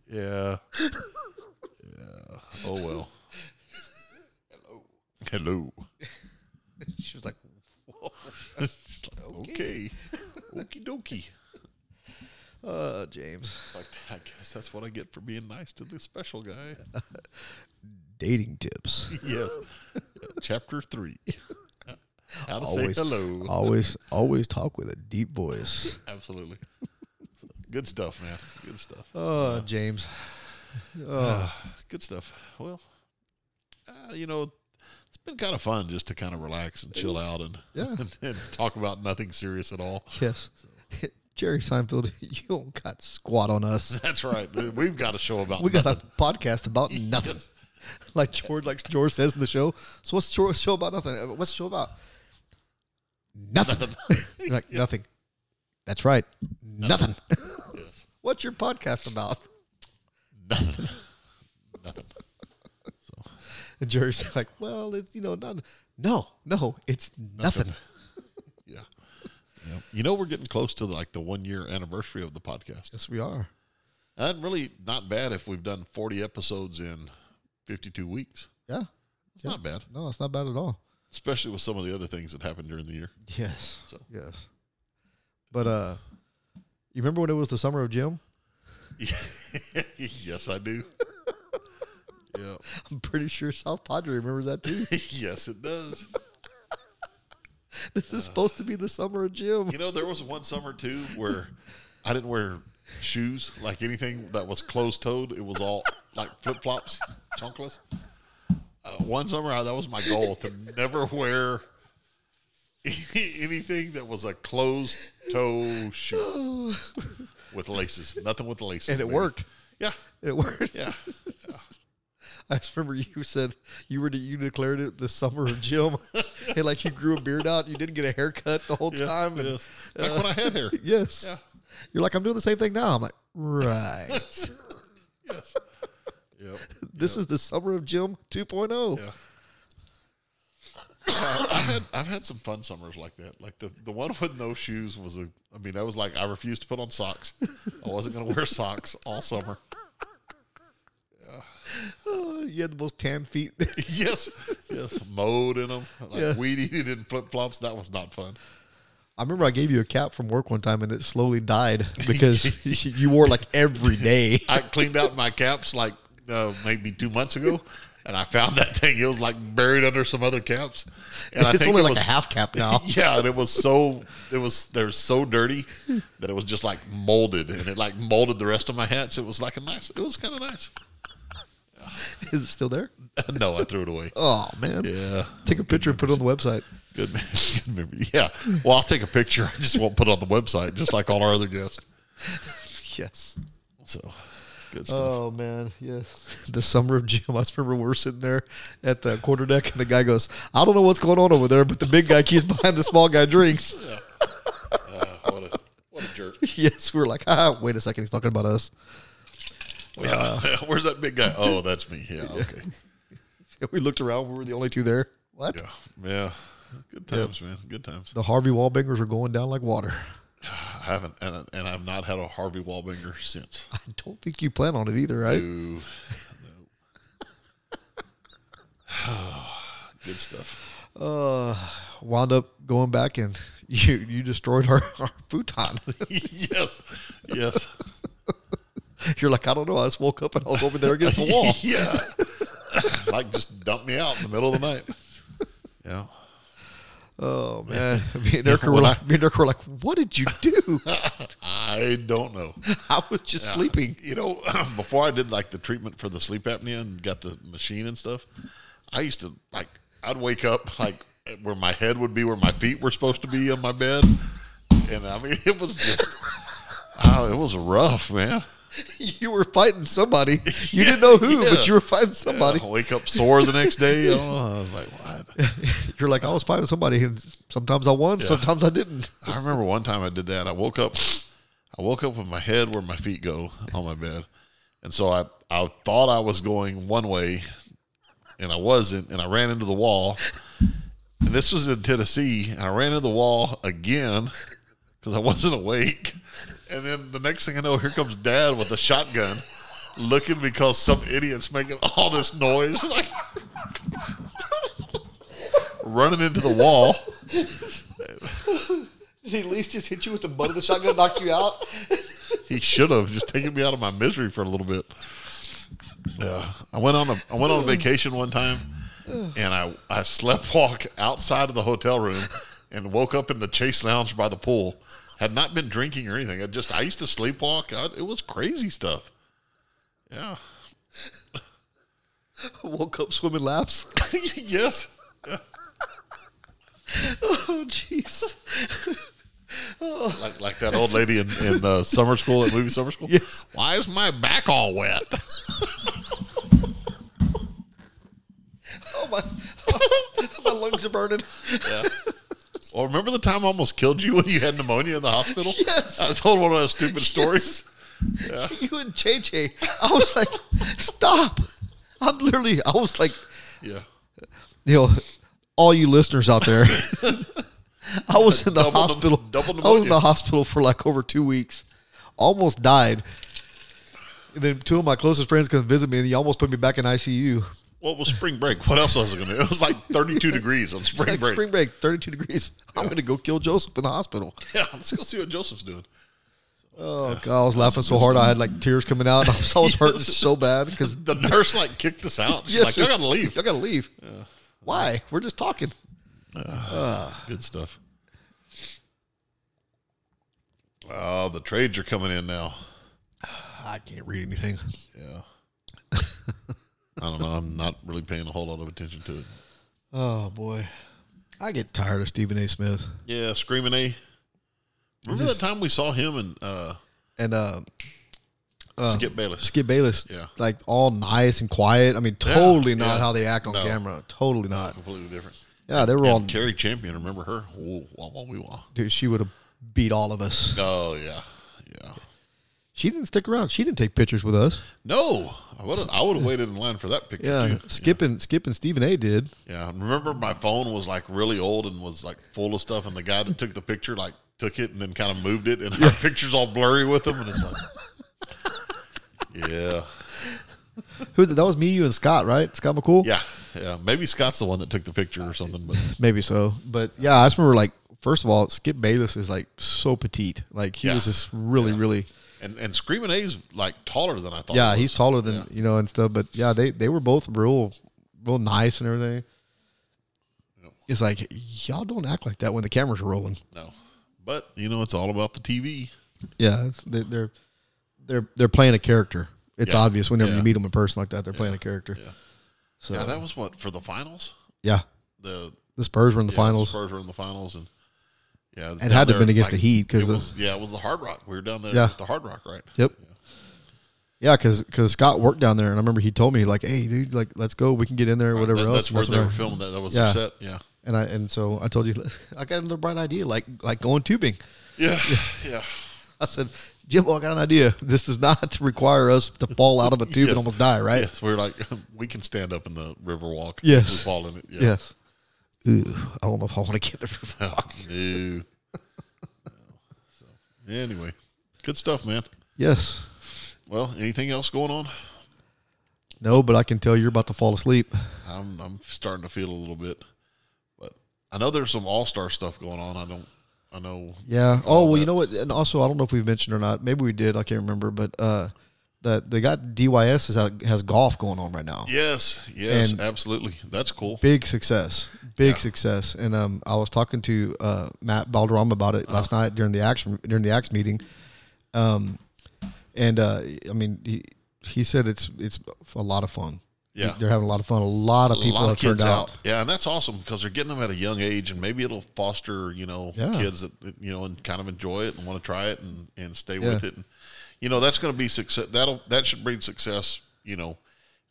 yeah. Yeah. Oh, well. Hello. Hello.
*laughs* she was like,
*laughs* It's like, okay. Okie dokie.
uh, James.
It's Like, I guess that's what I get for being nice to this special
*laughs*
guy.
Dating *laughs* tips.
yes. Chapter three. How to
Always-
say hello.
always, always talk with a deep voice.
Absolutely. Good stuff, man. Good stuff.
Oh, James.
Good stuff. Well, uh, you know, it's been kind of fun just to kind of relax and chill out and,
Yeah.
*laughs* and, and talk about nothing serious at all.
Yes. *laughs* Jerry Seinfeld, *laughs* you don't got squat on us.
That's right. We've got a show about
We got
nothing.
a podcast about nothing. *laughs* Like George, like George says in the show. So what's George show about nothing? Uh, What's the show about? Nothing. *laughs* You're like nothing. That's right. Nothing.
Yes.
*laughs* What's your podcast about?
Nothing. nothing.
And Jerry's *laughs* like, well, it's you know, not no, no, it's nothing.
Yeah. Yep. You know, we're getting close to like the one year anniversary of the podcast.
Yes, we are.
And really not bad if we've done 40 episodes in 52 weeks.
Yeah.
It's not bad,
No, it's not bad at all.
especially with some of the other things that happened during the year.
Yes.
So.
Yes. But uh you remember when it was the summer of Jim? *laughs*
*laughs* yes, I do. *laughs* yeah.
I'm pretty sure South Padre remembers that *laughs* too.
*laughs* yes, it does.
This is supposed to be the summer of Jim.
You know, there was one summer too where I didn't wear shoes, like anything that was closed toed. It was all like flip flops, chunkless. Uh, one summer, I, that was my goal to never wear *laughs* anything that was a closed toe shoe with laces. Nothing with laces.
And it
baby.
worked.
Yeah.
It worked.
Yeah.
*laughs* I just remember you said you were you declared it the summer of *laughs* Jim, and like you grew a beard out. You didn't get a haircut the whole
yeah
time. And
yes. Back when I had
*laughs*
hair.
yes,
Yeah.
you're like I'm doing the same thing now. I'm like,
*laughs*
right.
Yes. Yep.
this is the summer of Jim 2.0.
Yeah. Uh, I've had I've had some fun summers like that. Like the, the one with no shoes was a I mean, that was like I refused to put on socks. I wasn't gonna wear socks all summer. *laughs*
Oh, *laughs* you had the most tan feet. *laughs*
yes. Yes. Mowed in them. Like
Yeah.
weed eating in flip flops. That was not fun.
I remember I gave you a cap from work one time, and it
*laughs*
slowly died because *laughs* you wore like every day.
I cleaned out my caps like uh, maybe two months ago and I found that thing. It was like buried under some other caps. And I
it's
think
only
it
like
was
a half cap now.
*laughs*
*laughs*
Yeah, and it was so it was they're so dirty that it was just like molded, and it like molded the rest of my hats. It was like a nice. It was kind of nice. *laughs*
Is it still there?
no, I threw it away.
Oh man!
Yeah,
Take a picture and put it on the website. *laughs*
good man. *laughs* Good memory. Yeah. Well, I'll take a picture. I just won't put it on the website, just like all our other guests.
Yes.
So good stuff.
Oh man, yes. *laughs* The summer of Jim. I just remember we're sitting there at the quarter deck, and the guy goes, "I don't know what's going on over there, but the big guy keeps buying the small guy drinks."
Uh, what a what a jerk.
*laughs* Yes, we're like, ah, wait a second, he's talking about us. *laughs*
Yeah. *laughs* Where's that big guy? Oh, that's me. Yeah. Okay.
And we looked around; we were the only two there. What?
Yeah. Yeah. Good times, man. Good times.
The Harvey Wallbangers are going down like water. *laughs*
I haven't, and, I- and I've not had a Harvey Wallbanger since.
I don't think you plan on it either, right?
Ooh. No. Good stuff.
uh, wound up going back and *laughs* you you destroyed our, *laughs* our futon.
*laughs* yes, yes.
You're like, I don't know. I just woke up and I was over there against the *laughs* wall.
*laughs* yeah. like just dump me out in the middle of the night. Yeah.
Oh man, me and Erica were like, me and Erica were like, what did you *laughs* do?
I don't know.
*laughs* I was just sleeping. *laughs*
You know, *clears throat* before I did like the treatment for the sleep apnea and got the machine and stuff, I used to like I'd wake up like where my head would be where my feet were supposed to be on my bed. And I mean *laughs* it was just oh, it was rough, man.
You were fighting somebody. You didn't know who,
yeah.
but you were fighting
And
somebody.
*laughs* I wake up sore the next day. I don't know. I was like, what?
*laughs* You're like, I was fighting somebody, and sometimes I won, sometimes I *laughs* didn't.
I remember one time I did that. I woke up, I woke up with my head where my feet go on my bed, and so I I thought I was going one way, and I wasn't, and I ran into the wall. And this was in Tennessee, and I ran into the wall again because I wasn't awake. And then the next thing I know, here comes Dad with a shotgun, looking because some idiot's making all this noise, *laughs* like running into the wall.
He at least just hit you with the butt of the shotgun, knocked you out.
He should have just taken me out of my misery for a little bit. Yeah, I went on a I went on a vacation one time, and I I slept walk outside of the hotel room, and woke up in the Chase Lounge by the pool. Had not been drinking or anything. I just I used to sleepwalk. I, it was crazy stuff.
*laughs*
Yeah.
*laughs* Woke up swimming laps.
yes.
*laughs* Oh, jeez.
Like like that old lady in in uh, summer school at movie summer school.
Yes.
Why is my back all wet?
Oh my, *laughs* my lungs are burning.
Or remember the time I almost killed you when you had pneumonia in the hospital?
Yes.
I told one of those stupid stories.
*laughs* You and JJ, I was like, stop. I'm literally, I was like,
Yeah.
you know, all you listeners out there, *laughs* I was in the
Double pneu-
hospital.
double
I was
pneumonia.
in the hospital for like over two weeks. Almost died. And then two of my closest friends come visit me, and he almost put me back in *laughs* ICU.
Well, it was spring break. What else was I going to do? It was like
*laughs*
32 degrees on spring
Like
break.
spring break, 32 degrees. *laughs* I'm going to go kill Joseph in the hospital.
Yeah, let's go see what Joseph's doing.
Oh, God, I was laughing so hard. I had like tears coming out. *laughs* I was,
*laughs*
I was hurting so bad because
The nurse like kicked us out. *laughs* She's like,
Yes,
I got to leave.
I got to leave. Why? We're just talking.
Good stuff. Oh, the trades are coming in now.
I can't read anything. *laughs*
Yeah. I don't know. I'm not really paying a whole lot of attention to it.
Oh, boy. I get tired of Stephen A. Smith.
Yeah, Screaming A. Remember that time we saw him and uh,
And, uh,
Skip Bayless?
Skip Bayless.
Yeah.
Like all nice and quiet. I mean, totally not
yeah.
how they act on
No.
camera. Totally not.
Completely different.
Yeah, they were all.
Carrie Champion, remember her? Whoa, wah, wah, wee, wah.
Dude, she would have beat all of us.
Oh, yeah. Yeah.
She didn't stick around. She didn't take pictures with us.
No, I would have I would have waited in line for that picture.
Yeah.
too.
Skip and Skip and Stephen A. did.
yeah. and Remember, my phone was like really old and was like full of stuff, and the guy that took the picture like took it and then kind of moved
*laughs*
it, and our picture's all blurry with him, and it's like, yeah,
Who that was? Me, you, and Scott, right? Scott McCool.
yeah, yeah. Maybe Scott's the one that took the picture or something, but
Maybe so. But yeah, I just remember like first of all, Skip Bayless is like so petite. Like he
Yeah.
was just really, really.
and and Screaming A's like taller than I thought.
Yeah,
he was.
he's taller than you know and stuff. But yeah, they they were both real, real nice and everything. It's like y'all don't act like that when the cameras are rolling.
no, but you know it's all about the TV.
Yeah, it's, they, they're they're they're playing a character. It's
Yeah.
obvious whenever
Yeah.
you meet them in person like that, they're playing a character.
Yeah.
So
Yeah,
yeah,
that was what for the finals. The
the Spurs were in the
yeah,
finals.
Spurs were in the finals, and yeah,
It had to have been against the
Heat.
Heat
It
because
was, yeah, it was the Hard Rock. We were down there
Yeah.
at the Hard Rock, right?
Yep. Yeah, because Scott worked down there, and I remember he told me like, "Hey, dude, like let's go. We can get in there, whatever
That-
else."
That's where
That's
they
when
were
I-
filming that. That was
Yeah.
their set. Yeah.
And I and so I told you *laughs* I got another bright idea, like like going tubing.
Yeah. *laughs* Yeah.
*laughs* I said, Jimbo, I got an idea. This does not require us to fall out of a tube
*laughs* Yes.
and almost die, right?
Yes. We were like, *laughs* we can stand up in the river walk.
Yes.
We fall in it. Yeah.
Yes. Ooh, I don't know if I want to get there.
*laughs* No. So, anyway, good stuff, man.
yes.
Well, anything else going on?
No, but I can tell you're about to fall asleep.
I'm I'm starting to feel a little bit, but I know there's some all star stuff going on. I don't. I know.
Yeah. Oh well,
that.
you know what? And also, I don't know if we've mentioned or not. Maybe we did. I can't remember. But uh, that they got DYS is out, has golf going on right now.
Yes. Yes.
And-
absolutely. That's cool.
Big success. Big
Yeah.
success. And um, I was talking to uh, Matt Balderrama about it last
Uh-huh.
night during the axe during the axe meeting. Um, and uh, I mean, he he said it's it's a lot of fun.
Yeah.
They're having a lot of fun. A lot of
A
people
lot
have
of kids
turned
out.
out.
Yeah, and that's awesome because they're getting them at a young age, and maybe it'll foster you know
Yeah.
kids that you know and kind of enjoy it and want to try it and and stay
Yeah.
with it. And, you know, that's going to be success. That'll that should breed success. You know,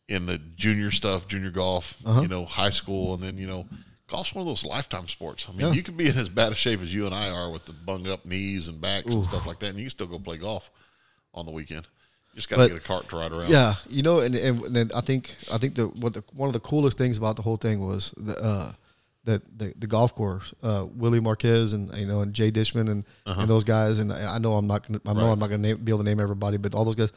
in the junior stuff, junior golf,
Uh-huh.
you know, high school, and then you know. Golf's one of those lifetime sports. I mean,
Yeah.
you could be in as bad a shape as you and I are with the bung up knees and backs and stuff like that, and you can still go play golf on the weekend. You just got to
But-
get a cart to ride around.
Yeah, you know, and and, and then I think I think the, what the one of the coolest things about the whole thing was the uh, that the, the golf course, uh, Willie Marquez and you know and Jay Dishman and, and those guys, and I I know I'm not gonna, I know
Uh-huh. Right.
I'm not gonna name, be able to name everybody, but all those guys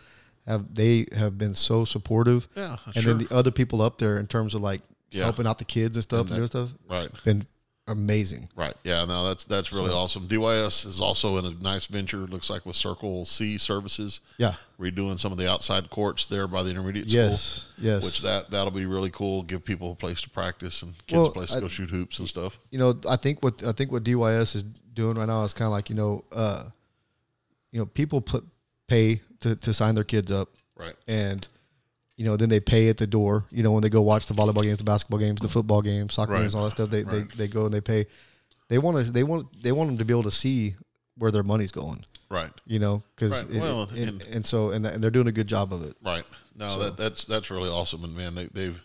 have they have been so supportive.
Yeah,
and then
sure.
the other people up there in terms of like
Yeah.
helping out the kids and stuff and, doing stuff,
Right.
been amazing.
Right. Yeah. No, that's that's really awesome. DYS is also in a nice venture. Looks like with Circle C Services.
Yeah.
Redoing some of the outside courts there by the intermediate school.
Yes. Yes.
Which that that'll be really cool. Give people a place to practice and kids
Well,
a place to
I-
go shoot hoops and stuff.
you know, I think what I think what DYS is doing right now is kind of like you know, uh, you know, people put, pay to, to sign their kids up,
Right.
and you know, then they pay at the door. You know, when they go watch the volleyball games, the basketball games, the football games, soccer
Right.
games, all that stuff, they,
Right.
they they go and they pay. They want to. They want. They want them to be able to see where their money's going.
Right.
You know, because
Right. Well,
and,
and-
and, so and, and they're doing a good job of it.
Right. No, that that's that's really awesome. And man, they, they've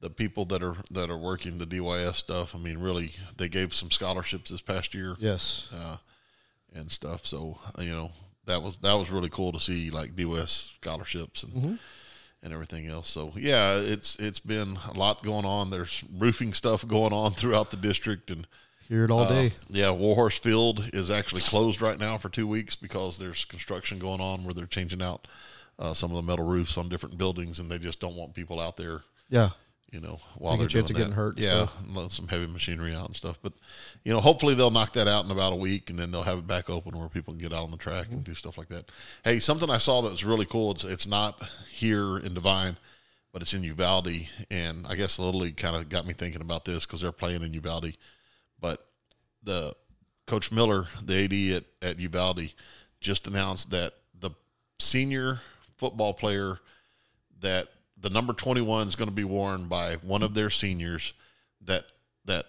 the people that are that are working the DYS stuff. I mean, really, they gave some scholarships this past year.
Yes.
uh, and stuff. So you know that was that was really cool to see like DOS scholarships and and everything else. So yeah, it's it's been a lot going on. There's roofing stuff going on throughout the district, and
Hear it all day.
yeah, Warhorse Field is actually closed right now for two weeks because there's construction going on where they're changing out uh, some of the metal roofs on different buildings, and they just don't want people out there
Yeah.
you know, while
Take a
they're
chance
doing
of getting
that.
hurt and
Yeah,
stuff.
and let some heavy machinery out and stuff. But you know, hopefully they'll knock that out in about a week, and then they'll have it back open where people can get out on the track and do stuff like that. Hey, something I saw that was really cool. It's it's not here in Divine, but it's in Uvalde, and I guess the Little League kind of got me thinking about this because they're playing in Uvalde. But the Coach Miller, the AD at, at Uvalde, just announced that the senior football player that the number 21 is going to be worn by one of their seniors that that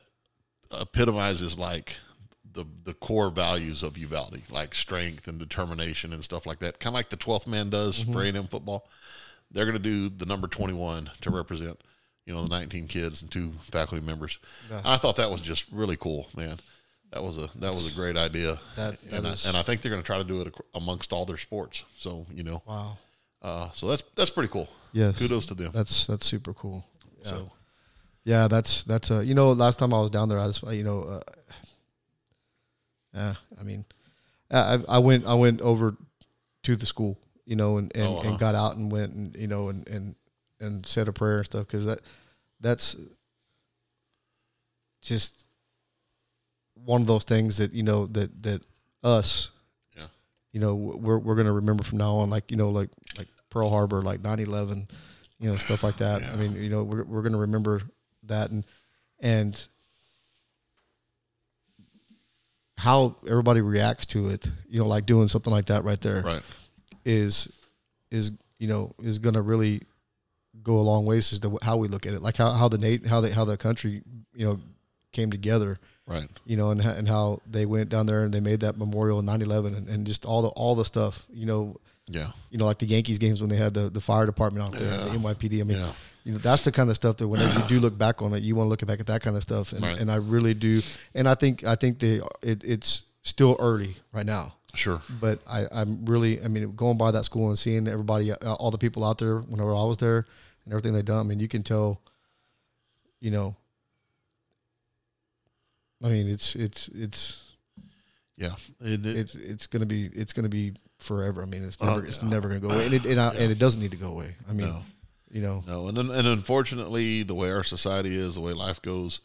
epitomizes like the the core values of Uvalde, like strength and determination and stuff like that. Kind of like the 12th man does
Mm-hmm.
for A&M football. They're going to do the number 21 to represent, you know, the 19 kids and two faculty members. I thought that was just really cool, man. That was a that was a great idea,
That- that
and,
was-
I, and I think they're going to try to do it ac- amongst all their sports. So you know,
Wow.
uh, so that's that's pretty cool.
Yes.
Kudos to them.
That's that's super cool.
So
Yeah, that's that's uh you know last time I was down there I just you know uh, yeah I mean I I- I went I went over to the school you know and and,
Oh, uh-huh.
and got out and went and you know and and and said a prayer and stuff because that that's just one of those things that you know that that us
Yeah.
you know we're we're gonna remember from now on like you know like like Pearl Harbor like 9-11 you know stuff like that I mean you know we're we're gonna remember that and and how everybody reacts to it you know like doing something like that right there is
right,
is you know is gonna really go a long ways as to how we look at it like how how the nat- how the how the country you know came together
right,
you know, and, ho- and how they went down there and they made that memorial in 9-11 and, and just all the all the stuff, you know,
yeah,
you know, like the Yankees games when they had the, the fire department out there,
Yeah.
the NYPD. I mean,
Yeah.
you know, that's the kind of stuff that whenever you do look back on it, you want to look back at that kind of stuff. And,
Right.
and I really do. And I think I think they it, it's still early right now,
sure,
but I I'm really I mean going by that school and seeing everybody, uh, all the people out there whenever I was there and everything they done. I mean, you can tell, you know. I mean, it's it's it's
yeah. It, it-
it's it's gonna be it's gonna be forever. I mean, it's never
Oh,
it's
yeah.
never gonna go away, and it
*laughs*
and, I, and it doesn't need to go away. I mean,
No.
you know,
no, and then, and unfortunately, the way our society is, the way life goes,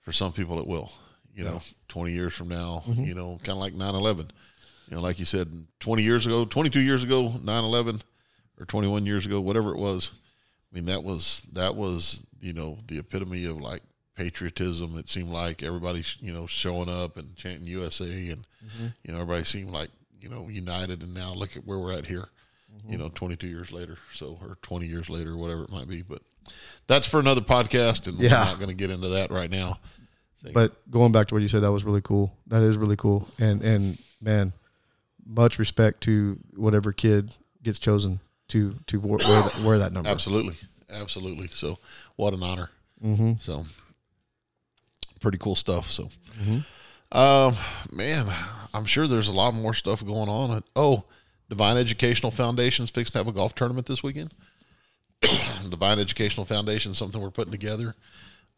For some people, it will. You know, 20 years from now,
Mm-hmm.
you know, kind of like 9 11. You know, like you said, 20 years ago, 22 years ago, 9 11 or 21 years ago, whatever it was. I mean, that was, that was, you know, the epitome of like patriotism. It seemed like everybody, sh- you know, showing up and chanting USA and, you know, everybody seemed like, you know, united. And now look at where we're at here, you know, 22 years later. So, or 20 years later, whatever it might be. But that's for another podcast. And
Yeah.
we're not going to get into that right now.
But going back to what you said, that was really cool. That is really cool. And and man, much respect to whatever kid gets chosen to to wear, wear, that, wear that number.
Absolutely. Absolutely. So, what an honor. So, pretty cool stuff. So, um, man, I'm sure there's a lot more stuff going on. Oh, Divine Educational Foundation's fixing to have a golf tournament this weekend. *coughs* Divine Educational Foundation, something we're putting together.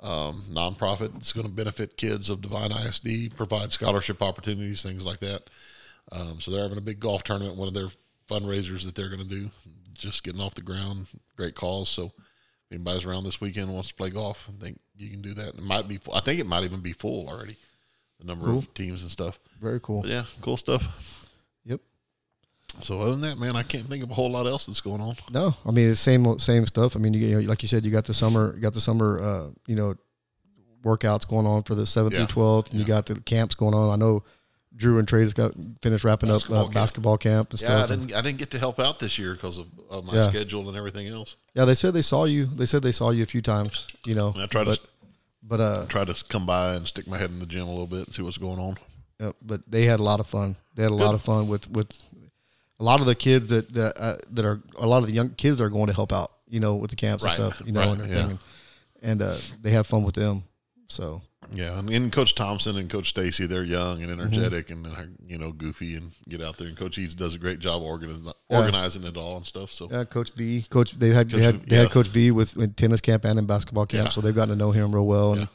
Um, nonprofit. It's going to benefit kids of Divine ISD, provide scholarship opportunities, things like that. Um, so they're having a big golf tournament, one of their fundraisers that they're going to do. Just getting off the ground, great calls. So if anybody's around this weekend and wants to play golf, I think you can do that. It might be, I think it might even be full already, the number of teams and stuff.
Very cool.
But yeah, cool stuff.
Yep.
So other than that, man, I can't think of a whole lot else that's going on.
No, I mean it's same same stuff. I mean, you, you know, like you said, you got the summer, you got the summer, uh, you know, workouts going on for the seventh
Yeah.
through twelfth. You
Yeah.
got the camps going on. I know Drew and Trey just got finished wrapping
Basketball
up uh,
camp.
basketball camp and
Yeah, I
stuff.
didn't, I didn't get to help out this year because of, of my
Yeah.
schedule and everything else.
yeah, they said they saw you. They said they saw you a few times. You know,
And I tried
but
to
but uh,
try to come by and stick my head in the gym a little bit and see what's going on.
Yep, but they had a lot of fun. They had a lot of fun with with a lot of the kids that that, uh, that are a lot of the young kids that are going to help out. You know, with the camps
Right,
and stuff. You know,
right,
and everything,
yeah.
and, uh, they have fun with them. So
Yeah, and, and Coach Thompson and Coach Stacy, they're young and
Mm-hmm.
energetic and uh, you know goofy and get out there. And Coach Eads does a great job organizing organizing it all and stuff. So
yeah, uh, Coach V, Coach they had they
Coach
had,
V,
they
yeah.
had Coach V with in tennis camp and in basketball camp.
Yeah.
So they've gotten to know him real well, and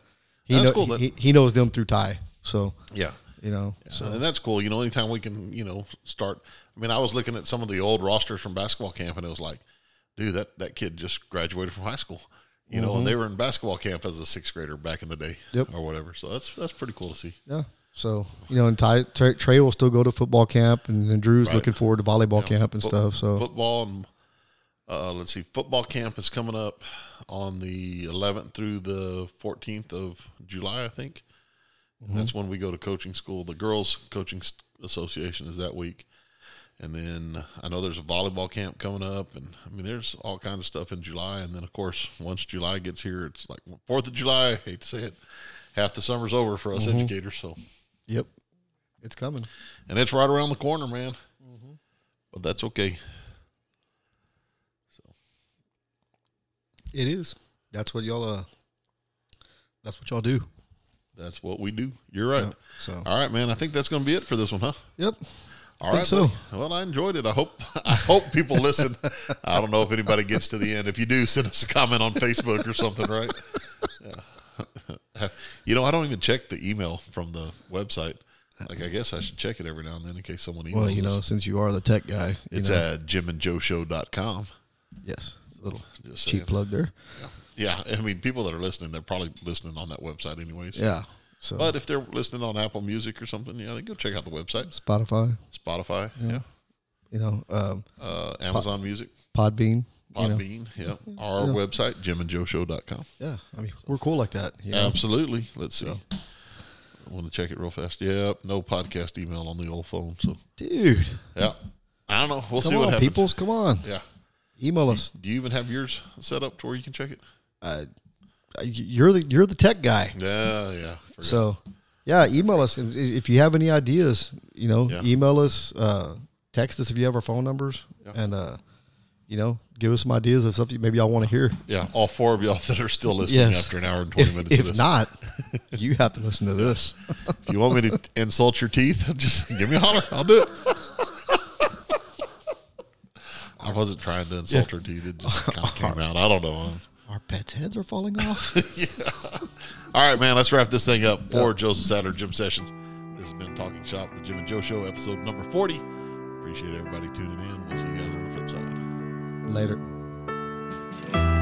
he,
That's
know,
cool that-
he he knows them through Ty. So
yeah,
you know,
so and that's cool. You know, anytime we can, you know, start. I mean, I was looking at some of the old rosters from basketball camp, and it was like, dude, that that kid just graduated from high school. You know, and they were in basketball camp as a sixth grader back in the day,
Mm-hmm. Yep.
or whatever. So that's that's pretty cool to see.
Yeah. So you know, and Ty, Trey, Trey will still go to football camp, and, and Drew's
Right.
looking forward to volleyball camp and
Fo-
stuff. So
football and uh, let's see, football camp is coming up on the 11th through the 14th of July, I think. And that's when we go to coaching school. The girls' coaching s- association is that week, and then I know there's a volleyball camp coming up, and I mean there's all kinds of stuff in July. And then of course once July gets here, it's like Fourth of July. I hate to say it, half the summer's over for us educators. So
yep, it's coming.
and it's right around the corner, man. But that's okay.
It is. That's what y'all. Uh, that's what y'all do.
That's what we do. You're right.
So.
All right, man. I think that's going to be it for this one, huh?
Yep.
All
Think
right.
so.
buddy. Well, I enjoyed it. I hope *laughs* I hope people listen. I don't know if anybody gets to the end. If you do, send us a comment on Facebook or something, right? Yeah. *laughs* you know, I don't even check the email from the website. Like, I guess I should check it every now and then in case someone emails.
Well, you know,
us.
since you are the tech guy, you
it's
know,
at jimandjoeshow.com.
yes, a little
Just
cheap
saying.
plug there.
Yeah, I mean, people that are listening, they're probably listening on that website, anyways.
Yeah. So
But if they're listening on Apple Music or something, yeah, they go check out the website,
Spotify,
Spotify, yeah,
you know, um,
uh, Amazon Music,
Podbean. You know,
Podbean, yeah, our website, jimandjoeshow.com.
yeah. I mean, we're cool like that. You know?
Absolutely. Let's see. I want to check it real fast. Yep, no podcast email on the old phone. So
Dude,
yeah, I don't know. We'll
come
see what
on,
happens.
peoples, come on.
Yeah.
Email us.
Do you even have yours set up to where you can check it?
Uh, you're the you're the tech guy.
Yeah, yeah. forgot.
So, yeah, email us And i- if you have any ideas. You know,
Yeah.
email us, uh, text us if you have our phone numbers, and uh, you know, give us some ideas of stuff you maybe y'all want to hear.
yeah, all four of y'all *laughs* that are still listening
Yes.
after an hour and twenty
If,
minutes. of
if
this.
not,
*laughs*
you have to listen to this.
if you want me to insult your teeth, *laughs* just give me a holler. I'll do it. I wasn't trying to insult her teeth. It just kind of came out. I don't know.
Our pets' heads are falling
*laughs*
off.
All right, man. Let's wrap this thing up for Joseph Satter, Jim Sessions. This has been Talking Shop, the Jim and Joe Show, episode number 40. Appreciate everybody tuning in. We'll see you guys on the flip side.
Later.